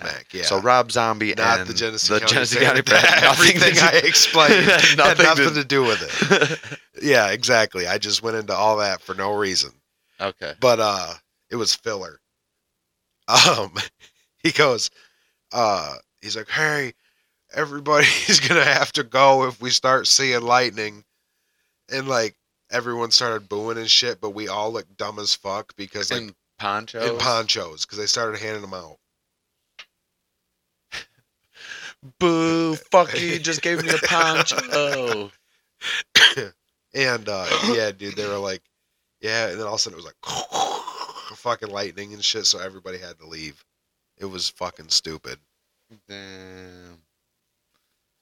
S2: Godsmack, yeah.
S3: So Rob Zombie
S2: Not
S3: and
S2: the Genesee
S3: the
S2: County
S3: Genesee
S2: Fair.
S3: County Fair had nothing
S2: Everything I
S3: to
S2: explained had
S3: Nothing
S2: nothing,
S3: to-
S2: to do with it.
S3: do-
S2: Yeah, exactly. I just went into all that for no reason.
S3: okay.
S2: but uh it was filler um he goes uh he's like hey everybody's gonna have to go if we start seeing lightning and like everyone started booing and shit but we all looked dumb as fuck because like
S3: In ponchos.
S2: in ponchos because they started handing them out
S3: Boo! Fuck you! you Just gave me a poncho.
S2: and uh yeah dude they were like yeah and then all of a sudden it was like fucking lightning and shit, so everybody had to leave. It was fucking stupid.
S3: Damn.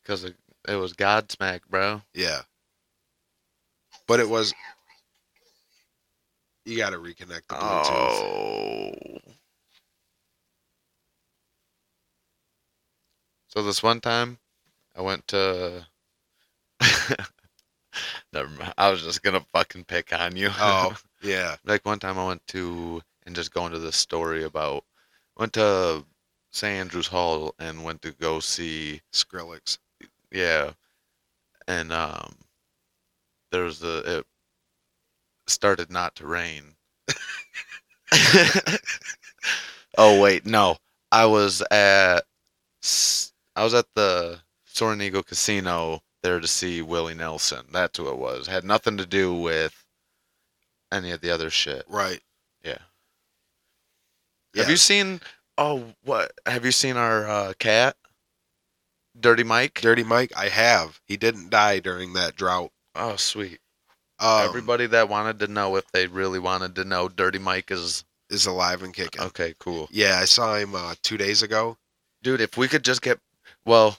S3: Because it, it was Godsmack, bro.
S2: Yeah. But it was. You got to reconnect the Bluetooth.
S3: Oh. So this one time, I went to. Never mind. I was just gonna fucking pick on you.
S2: Oh, yeah.
S3: like one time I went to and just going to this story about went to St. Andrews Hall and went to go see
S2: Skrillex.
S3: yeah, and um, there was the it started not to rain. oh wait, no, I was at s- I was at the Sorrento Casino there to see Willie Nelson. That's who it was. Had nothing to do with any of the other shit.
S2: Right.
S3: Yeah.
S2: Yeah.
S3: Have you seen? Oh, what have you seen our uh, cat, Dirty Mike?
S2: Dirty Mike? I have. He didn't die during that drought.
S3: oh, sweet.
S2: Um,
S3: Everybody that wanted to know if they really wanted to know, Dirty Mike is
S2: is alive and kicking.
S3: okay. Cool,
S2: Yeah, I saw him uh, two days ago.
S3: dude. If we could just get, well,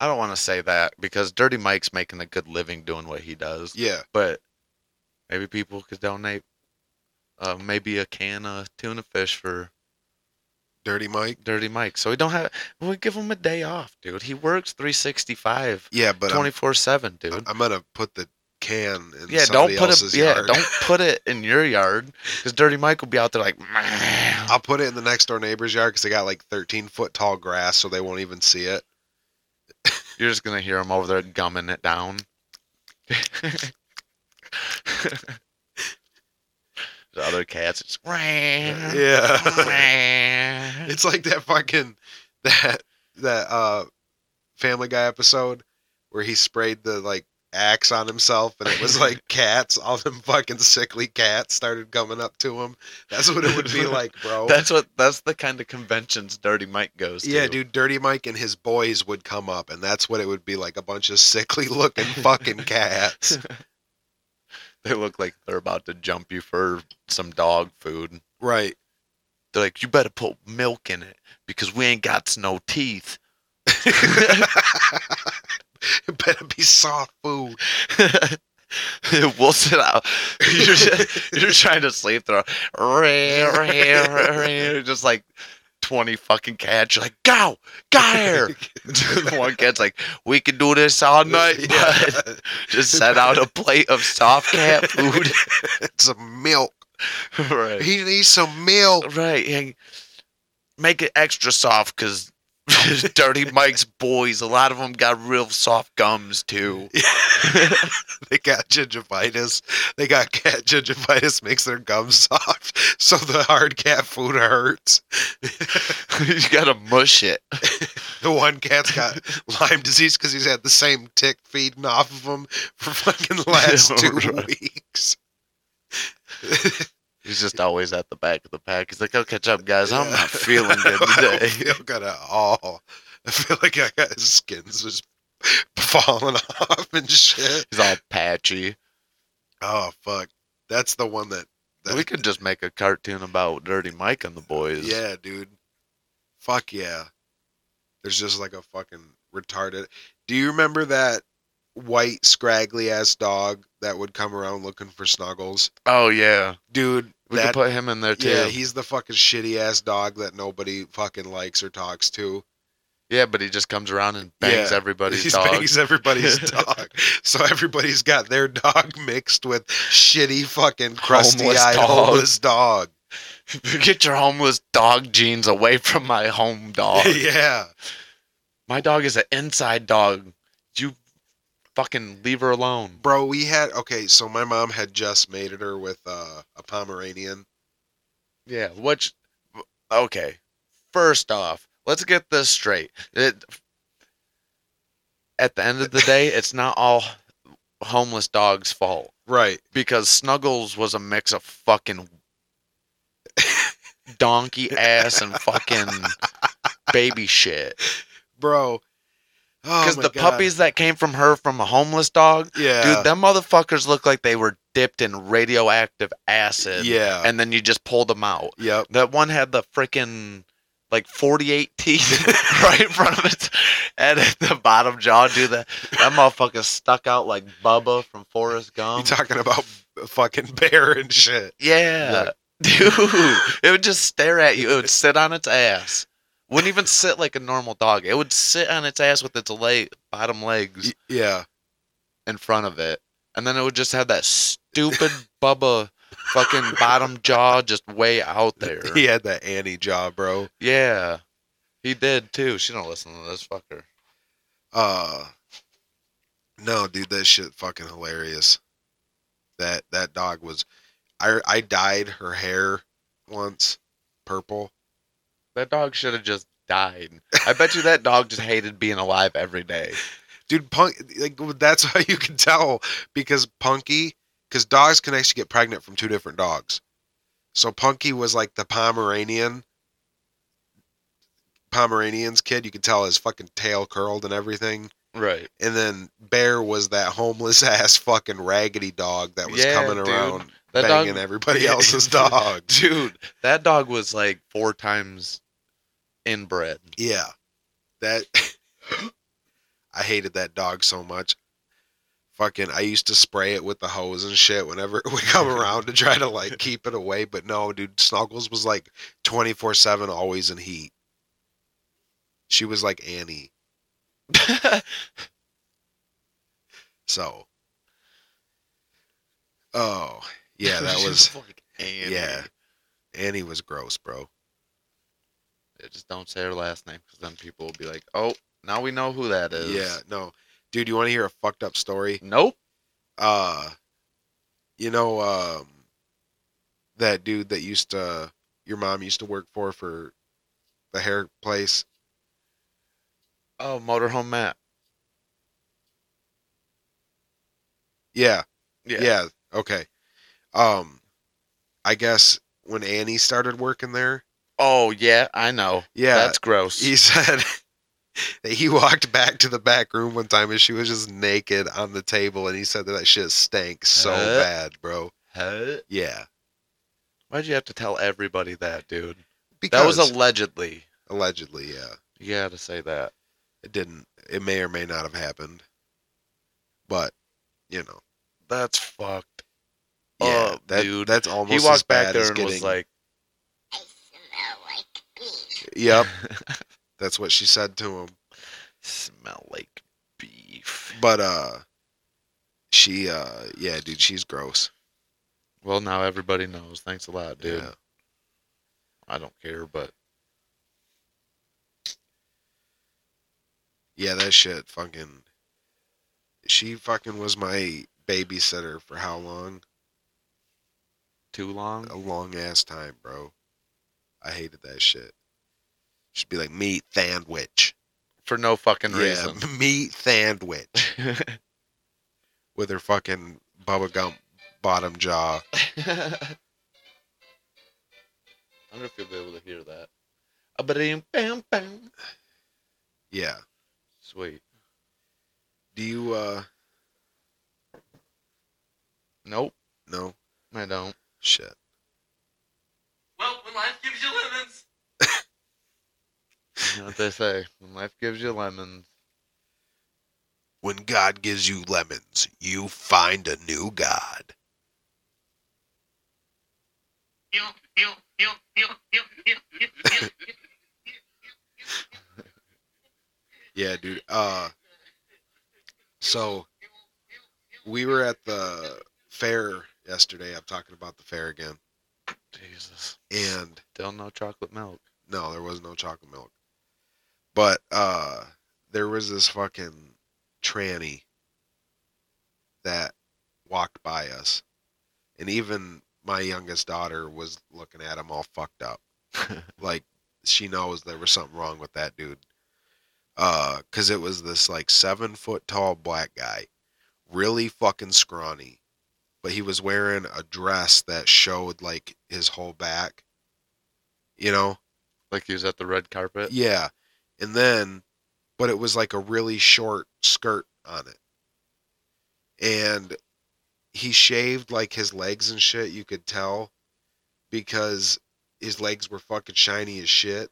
S3: I don't want to say that because Dirty Mike's making a good living doing what he does,
S2: Yeah.
S3: but maybe people could donate, uh, maybe a can of tuna fish for
S2: Dirty Mike?
S3: Dirty Mike. So we don't have. We give him a day off, dude. He works three sixty five.
S2: Yeah, but um,
S3: Twenty four seven, dude.
S2: I'm, I'm gonna put the can in
S3: yeah, don't
S2: somebody
S3: put
S2: else's
S3: it. Yeah,
S2: yard.
S3: don't put it in your yard because Dirty Mike will be out there like. "Meh."
S2: I'll put it in the next door neighbor's yard because they got like 13 foot tall grass, so they won't even see it.
S3: You're just gonna hear him over there gumming it down. the other cats, it's. Yeah.
S2: Yeah, it's like that fucking that that uh Family Guy episode where he sprayed the like axe on himself, and it was like cats. All them fucking sickly cats started coming up to him. That's what it would be like, bro.
S3: That's what. That's the kind of conventions Dirty Mike goes to.
S2: Yeah, dude, Dirty Mike and his boys would come up, and that's what it would be like a bunch of sickly looking fucking cats.
S3: They look like they're about to jump you for some dog food.
S2: Right.
S3: They're like, you better put milk in it because we ain't got no teeth.
S2: It better be soft food.
S3: we'll sit out. You're, you're trying to sleep through. Just like 20 fucking cats. You're like, go, go here. The One cat's like, we can do this all night,
S2: Yeah.
S3: but just set out a plate of soft cat food.
S2: some milk.
S3: right.
S2: He needs some milk.
S3: Right. And make it extra soft because Dirty Mike's boys, a lot of them got real soft gums too.
S2: They got gingivitis. They got cat gingivitis makes their gums soft, so the hard cat food hurts.
S3: you gotta mush it.
S2: The one cat's got Lyme disease because he's had the same tick feeding off of him for fucking the last two
S3: Right.
S2: weeks.
S3: He's just always at the back of the pack. He's like, I'll catch up, guys. I'm
S2: Yeah.
S3: not feeling good
S2: I
S3: today.
S2: don't feel good at all. I feel like I got his skin's just falling off and shit.
S3: He's all patchy.
S2: Oh fuck, that's the one that. that
S3: We could just make a cartoon about Dirty Mike and the boys.
S2: Yeah, dude. Fuck yeah. There's just like a fucking retarded. Do you remember that white scraggly ass dog that would come around looking for snuggles?
S3: Oh yeah.
S2: Dude,
S3: We
S2: that
S3: could put him in there too.
S2: yeah,
S3: Yeah,
S2: he's the fucking shitty ass dog that nobody fucking likes or talks to.
S3: but he just comes around and bangs
S2: Yeah.
S3: everybody's
S2: he
S3: dog.
S2: bangs everybody's dog. So everybody's got their dog mixed with shitty fucking crusty
S3: Homeless
S2: eyed
S3: dog.
S2: homeless dog.
S3: Get your homeless dog genes away from my home dog.
S2: yeah.
S3: My dog is an inside dog. You fucking leave her alone.
S2: Bro, we had okay, so my mom had just mated her with uh, a Pomeranian.
S3: Yeah, which okay. First off, let's get this straight. It, at the end of the day, it's not all homeless dogs' fault
S2: Right.
S3: because Snuggles was a mix of fucking donkey ass and fucking baby shit.
S2: Bro. Oh
S3: Because
S2: my
S3: the
S2: God.
S3: puppies that came from her from a homeless dog,
S2: Yeah.
S3: dude, them motherfuckers look like they were dipped in radioactive acid.
S2: Yeah.
S3: And then you just pull them out.
S2: Yep.
S3: That one had the freaking like 48 teeth right in front of its and at the bottom jaw. Do that. That motherfucker stuck out like Bubba from Forrest
S2: You
S3: Gump.
S2: talking about fucking bear and shit?
S3: yeah. Dude, it would just stare at you. It would sit on its ass. Wouldn't even sit like a normal dog. It would sit on its ass with its leg, bottom legs.
S2: Y- Yeah.
S3: in front of it, and then it would just have that stupid Bubba fucking bottom jaw just way out there.
S2: He had that Annie job, bro.
S3: Yeah. he did too. She don't listen to this fucker.
S2: Uh No, dude, that shit fucking hilarious. That that dog was I I dyed her hair once purple.
S3: That dog should have just died. I bet you that dog just hated being alive every day.
S2: Dude, punk like that's how you can tell because Punky cuz dogs can actually get pregnant from two different dogs. So Punky was like the Pomeranian Pomeranian's kid, you could tell his fucking tail curled and everything.
S3: Right.
S2: and then Bear was that homeless ass fucking raggedy dog that was
S3: Yeah,
S2: coming
S3: dude.
S2: around
S3: That
S2: banging
S3: dog
S2: everybody else's dog.
S3: Dude, that dog was like four times inbred.
S2: Yeah, that I hated that dog so much. Fucking, I used to spray it with the hose and shit whenever it would come around to try to like keep it away. But no, dude, Snuggles was like twenty four seven, always in heat. She was like Annie. So, oh yeah, that
S3: Just
S2: was
S3: like, and
S2: yeah. Annie was gross, bro.
S3: Yeah, Just don't say her last name because then people will be like, oh, now we know who that is.
S2: Yeah, no. Dude, you want to hear a fucked up story?
S3: Nope.
S2: Uh you know um that dude that used to your mom used to work for for the hair place?
S3: Oh, Motorhome Matt.
S2: Yeah. Yeah. okay. Um I guess when Annie started working there,
S3: Oh, yeah, I know.
S2: yeah,
S3: That's gross.
S2: he said that he walked back to the back room one time and she was just naked on the table and he said that that shit stank so
S3: Uh.
S2: bad, bro.
S3: Huh?
S2: Yeah.
S3: Why'd you have to tell everybody that, dude?
S2: Because
S3: That was allegedly.
S2: allegedly, yeah.
S3: You gotta say that.
S2: it didn't it may or may not have happened but you know
S3: That's fucked.
S2: yeah
S3: up,
S2: that,
S3: Oh, dude.
S2: that's almost
S3: he
S2: as
S3: walked
S2: bad
S3: back there
S2: as
S3: and
S2: getting,
S3: was like,
S2: yep that's what she said to him
S3: smell like beef.
S2: but uh she uh yeah dude she's gross
S3: Well, now everybody knows. Thanks a lot, dude.
S2: Yeah.
S3: I don't care, but
S2: yeah that shit fucking she fucking was my babysitter for how long
S3: too long?
S2: a long ass time bro i hated that shit she'd be like meat sandwich
S3: For no fucking
S2: yeah
S3: reason.
S2: meat sandwich with her fucking Bubba Gump bottom jaw.
S3: I wonder if you'll be able to hear that. A bam bam bam.
S2: Yeah.
S3: Sweet.
S2: Do you uh
S3: Nope,
S2: no
S3: I don't.
S2: shit?
S4: Well, when life gives you lemons.
S3: You know what they say. When life gives you lemons.
S2: When God gives you lemons, you find a new God. Yeah, dude. Uh so we were at the fair yesterday. I'm talking about the fair again.
S3: Jesus.
S2: And
S3: Still no chocolate milk.
S2: No, there was no chocolate milk. But uh there was this fucking tranny that walked by us. And even my youngest daughter was looking at him all fucked up. like she knows there was something wrong with that dude. Uh, cause it was this like seven foot tall black guy, really fucking scrawny, but he was wearing a dress that showed like his whole back, you know?
S3: Like he was at the red carpet.
S2: Yeah. And then, but it was like a really short skirt on it. And he shaved like his legs and shit. You could tell because his legs were fucking shiny as shit.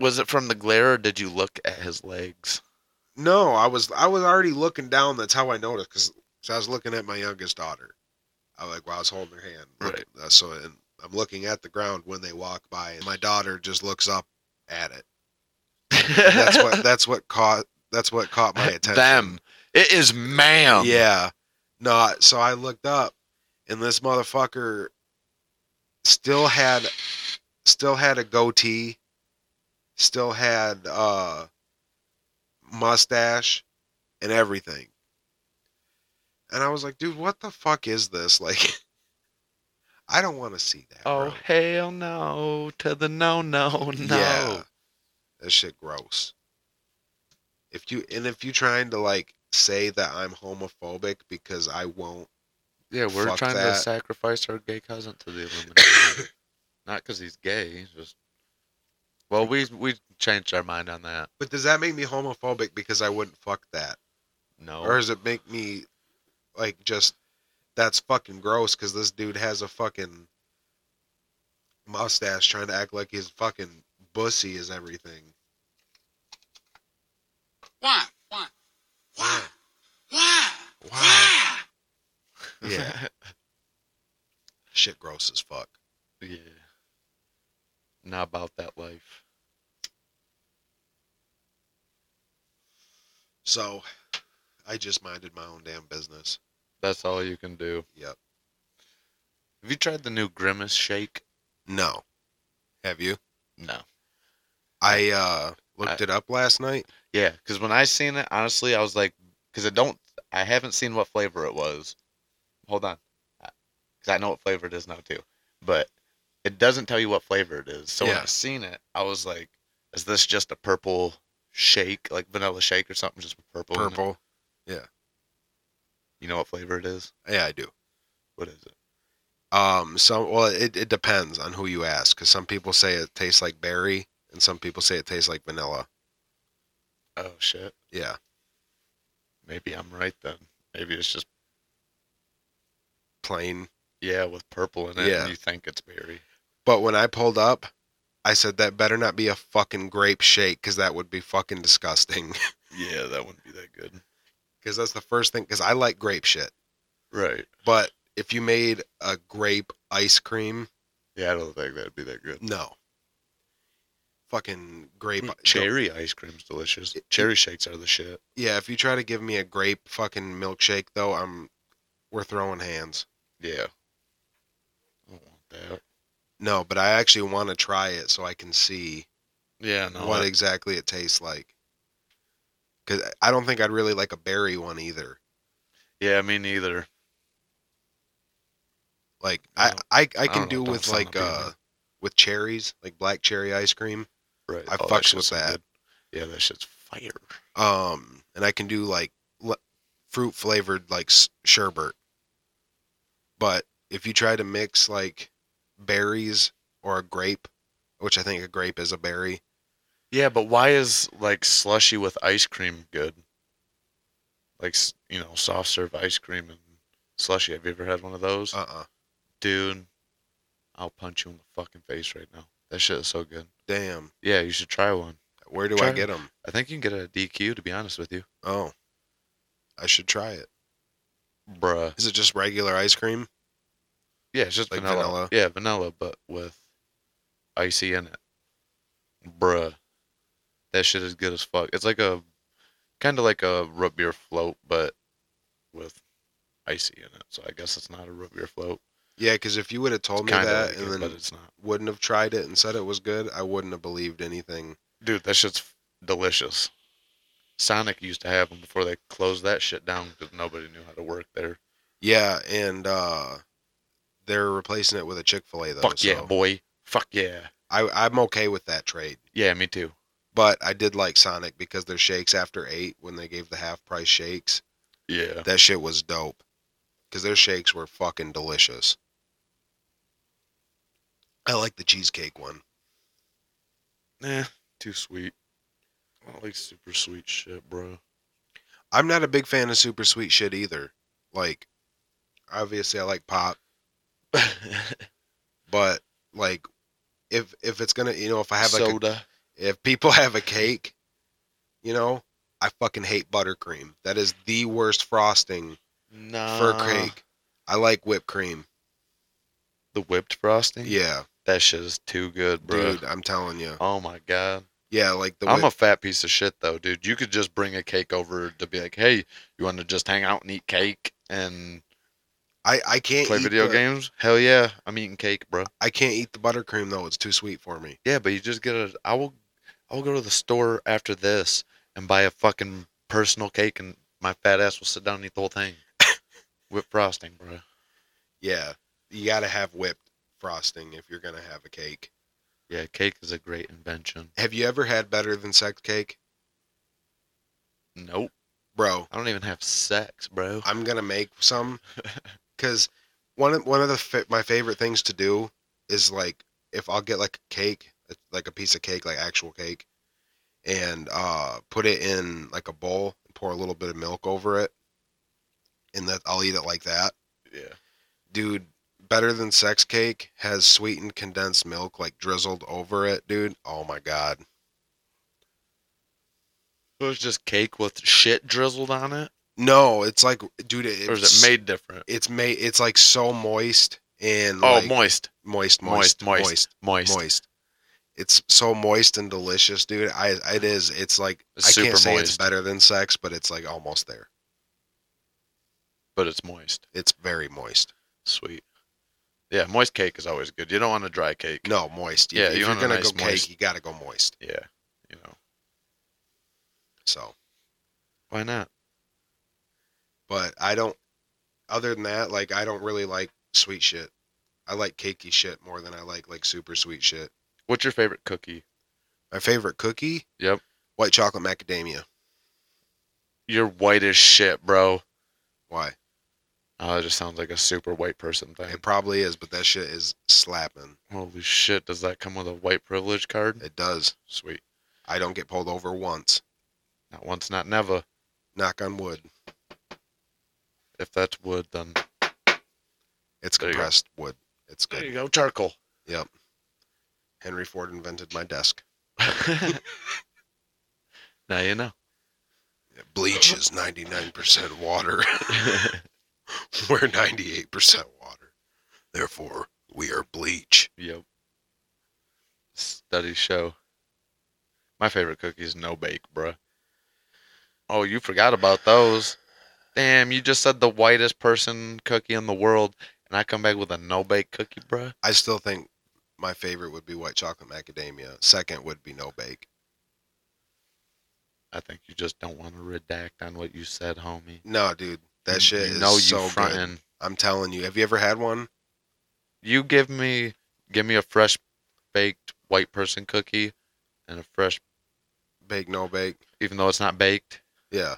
S3: Was it from the glare or did you look at his legs?
S2: No, I was I was already looking down. That's how I noticed because I was looking at my youngest daughter. I was like, well, I was holding her hand. look-
S3: Right.
S2: uh, so and I'm looking at the ground when they walk by, and my daughter just looks up at it. And that's what that's what caught that's what caught my attention.
S3: Them. It is ma'am.
S2: Yeah. No, I- so I looked up and this motherfucker still had still had a goatee, still had uh mustache and everything. And I was like, dude, what the fuck is this? Like I don't want to see that.
S3: Oh
S2: bro.
S3: hell no to the no no no.
S2: Yeah. That shit gross. If you and if you trying to like say that I'm homophobic because I won't
S3: Yeah, we're
S2: Fuck
S3: trying to
S2: that.
S3: sacrifice our gay cousin to the Illuminati. Not because he's gay. He's just. Well, we we changed our mind on that.
S2: But does that make me homophobic because I wouldn't fuck that?
S3: No.
S2: Or does it make me like just that's fucking gross because this dude has a fucking mustache trying to act like his fucking bussy is everything?
S4: Why? Why? Why?
S2: Yeah.
S4: Why?
S2: Why? Yeah. Shit gross as fuck.
S3: yeah. Not about that life.
S2: So I just minded my own damn business.
S3: That's all you can do.
S2: Yep.
S3: Have you tried the new Grimace Shake?
S2: No. Have you?
S3: No.
S2: I uh looked it up last night.
S3: Yeah, because when I seen it, honestly, I was like, because I don't, I haven't seen what flavor it was. Hold on, because I know what flavor it is now too, but it doesn't tell you what flavor it is. So when
S2: Yeah.
S3: I seen it, I was like, is this just a purple shake, like vanilla shake or something, just with purple? in it?
S2: Purple.
S3: You know what flavor it is?
S2: Yeah, I do.
S3: What is it?
S2: Um, so well, it, it depends on who you ask because some people say it tastes like berry and some people say it tastes like vanilla.
S3: Oh shit.
S2: Yeah,
S3: Maybe I'm right then. Maybe it's just
S2: plain.
S3: yeah with purple in it,
S2: Yeah.
S3: and you think it's berry.
S2: But when I pulled up, I said that better not be a fucking grape shake because that would be fucking disgusting.
S3: Yeah, that wouldn't be that good.
S2: Because that's the first thing. Because I like grape shit,
S3: Right.
S2: but if you made a grape ice cream,
S3: Yeah, I don't think that'd be that good.
S2: no. Fucking grape
S3: Ooh, cherry ice cream's delicious. Cherry shakes are the shit.
S2: Yeah, if you try to give me a grape fucking milkshake though, I'm we're throwing hands.
S3: Yeah. I don't want that.
S2: No, but I actually want to try it so I can see
S3: Yeah, no.
S2: what
S3: I-
S2: exactly it tastes like. Cause I don't think I'd really like a berry one either.
S3: yeah, me neither.
S2: Like
S3: I
S2: I,
S3: don't-
S2: I, I,
S3: don't know,
S2: can do
S3: don't
S2: with
S3: sound
S2: like
S3: appealing.
S2: uh with cherries, like black cherry ice cream.
S3: Right. oh,
S2: I
S3: that
S2: fucks
S3: shit's
S2: with
S3: so
S2: that.
S3: good. Yeah, that shit's fire.
S2: Um, and I can do like le- fruit flavored like s- sherbet. But if you try to mix like berries or a grape, which I think a grape is a berry,
S3: Yeah, but why is like slushy with ice cream good? Like s- you know, soft serve ice cream and slushy. Have you ever had one of those,
S2: uh uh
S3: dude? I'll punch you in the fucking face right now. That shit is so good.
S2: damn,
S3: Yeah, you should try one.
S2: where do
S3: Try
S2: I
S3: it.
S2: get them?
S3: I think you can get a DQ. To be honest with you,
S2: Oh, I should try it.
S3: bruh.
S2: Is it just regular ice cream?
S3: Yeah, it's just
S2: Like
S3: vanilla.
S2: vanilla?
S3: Yeah, vanilla, but with icy in it. Bruh, that shit is good as fuck. It's like a kind of like a root beer float, but with icy in it. So I guess it's not a root beer float.
S2: Yeah, because if you would have told me
S3: Kind
S2: that
S3: of,
S2: and
S3: like it,
S2: then
S3: but it's not.
S2: wouldn't have tried it and said it was good, I wouldn't have believed anything.
S3: Dude, that shit's f- delicious. Sonic used to have them before they closed that shit down because nobody knew how to work there.
S2: Yeah, and uh they're replacing it with a Chick Fil A though.
S3: fuck yeah,
S2: so
S3: boy. Fuck yeah.
S2: I, I'm okay with that trade.
S3: Yeah, me too.
S2: But I did like Sonic because their shakes after eight when they gave the half price shakes.
S3: Yeah.
S2: That shit was dope. Because their shakes were fucking delicious. I like the cheesecake one.
S3: Nah, too sweet. I don't like super sweet shit, bro.
S2: I'm not a big fan of super sweet shit either. Like, obviously I like pop, but like if if it's gonna you know if I have like a,
S3: soda.
S2: if people have a cake, you know I fucking hate buttercream. That is the worst frosting
S3: No.
S2: for cake. I like whipped cream.
S3: The whipped frosting?
S2: Yeah,
S3: That shit is too good, bro.
S2: dude, I'm telling you.
S3: Oh my god.
S2: Yeah, like the
S3: I'm a
S2: whip-
S3: fat piece of shit though, dude. You could just bring a cake over to be like, "Hey, you want to just hang out and eat cake and
S2: I I can't
S3: play
S2: eat
S3: video
S2: the-
S3: games?" Hell yeah, I'm eating cake, bro.
S2: I can't eat the buttercream though. It's too sweet for me.
S3: Yeah, but you just get a. I will. I will go to the store after this and buy a fucking personal cake, and my fat ass will sit down and eat the whole thing, with frosting, bro.
S2: Yeah, you gotta have whipped frosting if you're gonna have a cake.
S3: Yeah, cake is a great invention.
S2: Have you ever had better than sex cake,
S3: Nope,
S2: bro?
S3: I don't even have sex, bro.
S2: I'm gonna make some because one of, one of the fa- my favorite things to do is like if I'll get like a cake, uh, like a piece of cake, like actual cake, and uh, put it in like a bowl and pour a little bit of milk over it, and that I'll eat it like that.
S3: Yeah.
S2: dude better than sex cake has sweetened condensed milk like drizzled over it dude oh my god
S3: It was just cake with shit drizzled on it,
S2: no it's like dude it's,
S3: or is it made different?
S2: it's made it's like so moist and
S3: Oh,
S2: like,
S3: moist,
S2: moist,
S3: moist,
S2: moist
S3: moist,
S2: moist
S3: moist, moist.
S2: moist. it's so moist and delicious dude i it is it's like
S3: It's
S2: i
S3: super
S2: can't say it's
S3: moist.
S2: better than sex but it's like almost there
S3: but it's moist.
S2: it's very moist
S3: Sweet. Yeah, moist cake is always good. You don't want a dry cake.
S2: no moist
S3: Yeah,
S2: if
S3: you
S2: you are
S3: want a
S2: gonna
S3: nice
S2: go
S3: moist-
S2: cake you gotta go moist
S3: Yeah, you know
S2: so
S3: why not?
S2: but I don't. Other than that, like I don't really like sweet shit. I like cakey shit more than I like like super sweet shit.
S3: What's your favorite cookie?
S2: My favorite cookie?
S3: Yep.
S2: White chocolate macadamia.
S3: You're white as shit, bro.
S2: Why?
S3: Oh, that just sounds like a super white person thing.
S2: It probably is, but that shit is slapping.
S3: Holy shit, does that come with a white privilege card?
S2: It does.
S3: Sweet.
S2: I don't get pulled over once.
S3: Not once, not never.
S2: Knock on wood.
S3: If that's wood, then
S2: It's
S3: There you go.
S2: compressed wood. It's good.
S3: go, charcoal.
S2: Henry Ford invented my desk.
S3: now you know.
S2: Bleach is 99% water. We're 98% water. Therefore, we are bleach.
S3: Yep. Studies show. My favorite cookie is no bake, bruh. Oh, you forgot about those. Damn, you just said the whitest person cookie in the world, and I come back with a no bake cookie, bruh.
S2: I still think my favorite would be white chocolate macadamia. Second would be no bake.
S3: I think you just don't want to redact on what you said, homie.
S2: No, dude, that shit
S3: Mm, you
S2: is
S3: know you
S2: so good.
S3: frontin'.
S2: I'm telling you. Have you ever had one?
S3: You give me give me a fresh baked white person cookie and a fresh
S2: Bake no bake.
S3: even though it's not baked
S2: Yeah,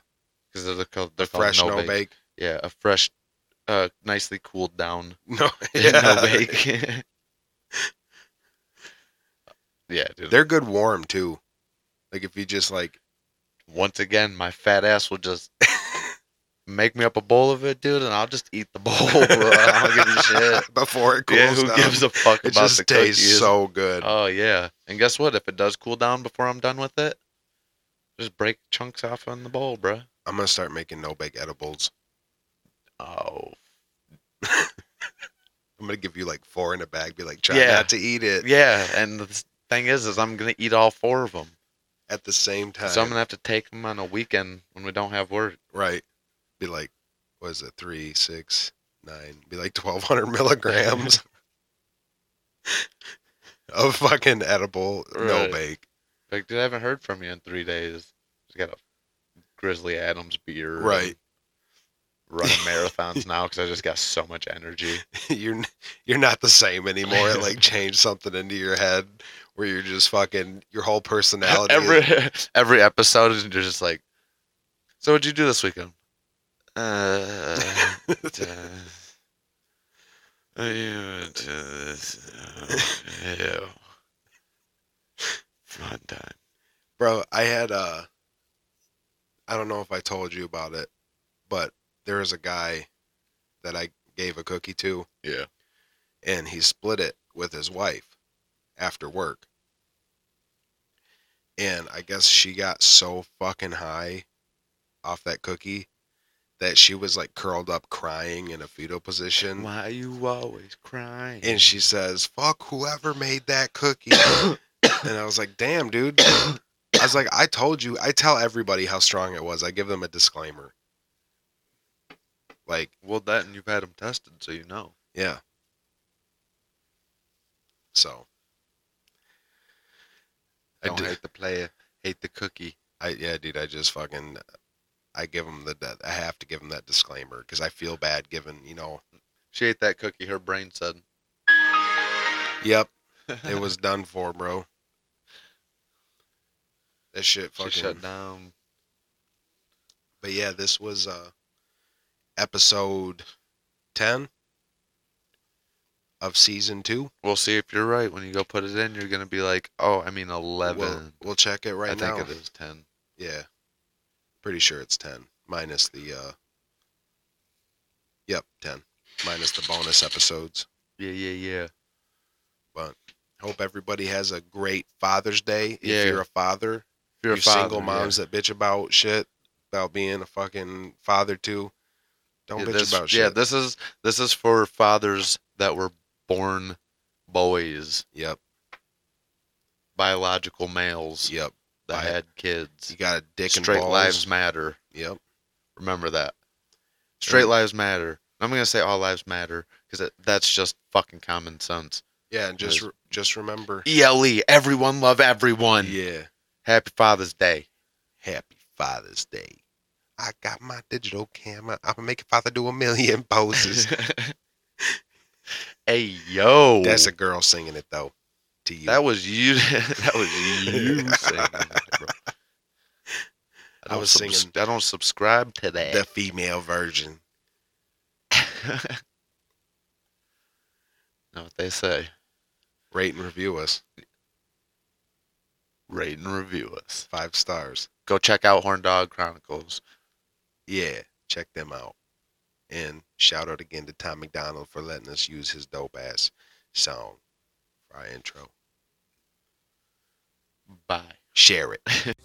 S3: because they're called they're called
S2: fresh
S3: no, bake.
S2: bake.
S3: Yeah, a fresh uh nicely cooled down
S2: No,
S3: yeah.
S2: yeah.
S3: no bake. yeah, dude.
S2: They're good warm too. Like if you just like
S3: Once again, my fat ass will just make me up a bowl of it, dude, and I'll just eat the bowl. Bro. I don't give a shit.
S2: before it cools
S3: yeah, who
S2: down,
S3: gives a fuck
S2: it
S3: about
S2: just
S3: the
S2: tastes
S3: cookies?
S2: so good.
S3: Oh yeah, and guess what? If it does cool down before I'm done with it, just break chunks off on the bowl, bruh.
S2: I'm gonna start making no bake edibles.
S3: Oh
S2: I'm gonna give you like four in a bag. Be like, try
S3: Yeah.
S2: not to eat it
S3: yeah, and the thing is, is I'm gonna eat all four of them,
S2: at the same time.
S3: so I'm gonna have to take them on a weekend when we don't have work.
S2: Right. Be like, what is it, three, six, nine? Be like 1,200 milligrams of fucking edible no
S3: Right.
S2: bake.
S3: Like, dude, I haven't heard from you in three days. Just got a Grizzly Adams beer.
S2: Right.
S3: and Running marathons now because I just got so much energy.
S2: You're n- you're not the same anymore. It like changed something into your head where you're just fucking your whole personality. is-
S3: every every episode, and you're just like, so what'd you do this weekend? Uh, uh, you went to this, uh, yeah. Fun time.
S2: Bro, I had uh I don't know if I told you about it, but there was a guy that I gave a cookie to,
S5: Yeah.
S2: and he split it with his wife after work. And I guess she got so fucking high off that cookie that she was like curled up crying in a fetal position.
S5: Why are you always crying?
S2: and she says, "Fuck whoever made that cookie." and I was like, "Damn, dude." I was like, "I told you. I tell everybody how strong it was. I give them a disclaimer." Like,
S3: Well, that and you've had them tested, so you know.
S2: yeah. So, I
S5: don't
S2: did-
S5: hate the player, hate the cookie.
S2: I yeah, dude, I just fucking I give them the that- I have to give them that disclaimer cuz I feel bad given, you know.
S3: She ate that cookie. Her brain said,
S2: Yep. It was done for, bro. That shit fucking
S3: "She shut down."
S2: but yeah, this was uh episode ten of season two.
S3: We'll see if you're right when you go put it in. You're gonna be like, "Oh, I mean, 11
S2: We'll, we'll check it right
S3: I
S2: now.
S3: think it is ten.
S2: Yeah, pretty sure it's ten minus the. uh Yep, ten minus the bonus episodes.
S3: Yeah, yeah, yeah.
S2: Hope everybody has a great Father's Day. If
S3: Yeah.
S2: you're a father,
S3: If you're
S2: you
S3: a father,
S2: single
S3: yeah.
S2: moms that bitch about shit about being a fucking father too. Don't
S3: yeah,
S2: bitch
S3: this,
S2: about shit.
S3: yeah, this is this is for fathers that were born boys,
S2: yep,
S3: biological males
S2: yep.
S3: that
S2: I-
S3: had kids.
S2: You got a dick
S3: Straight
S2: and balls.
S3: lives matter.
S2: Yep.
S3: Remember that. Straight lives matter. I'm gonna say all lives matter because that's just fucking common sense.
S2: Yeah, and just
S3: Yes.
S2: re- just remember.
S3: ELE. Everyone love everyone.
S2: Yeah.
S3: Happy Father's Day.
S2: Happy Father's Day. I got my digital camera. I'm gonna make your father do a million poses.
S3: hey yo.
S2: That's a girl singing it though. To you.
S3: that was you. that was you singing. that, bro. I,
S2: I
S3: don't
S2: was
S3: subs-
S2: singing-
S3: I don't subscribe to that.
S2: the female version.
S3: know what they say.
S2: Rate and review us.
S3: Rate and review us.
S2: Five stars.
S3: Go check out Horn Dog Chronicles.
S2: Yeah, check them out. And shout out again to Tom McDonald for letting us use his dope ass song for our intro.
S3: Bye.
S2: Share it.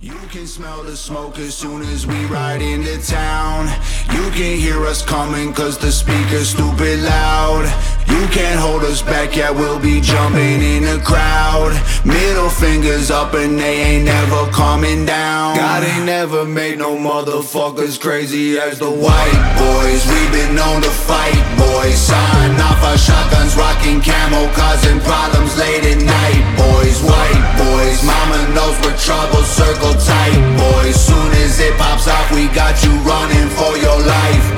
S1: You can smell the smoke as soon as we ride into town. You can hear us coming cause the speaker's stupid loud. You can't hold us back, yeah, we'll be jumping in the crowd. Middle fingers up and they ain't never coming down. God ain't never made no motherfuckers crazy as the white boys. We've been known to fight, boys. Sign off our shotguns, rocking camo, causing problems late at night, boys. White boys, mama knows we're trouble, circle tight, boys. Soon as it pops off, we got you running for your life,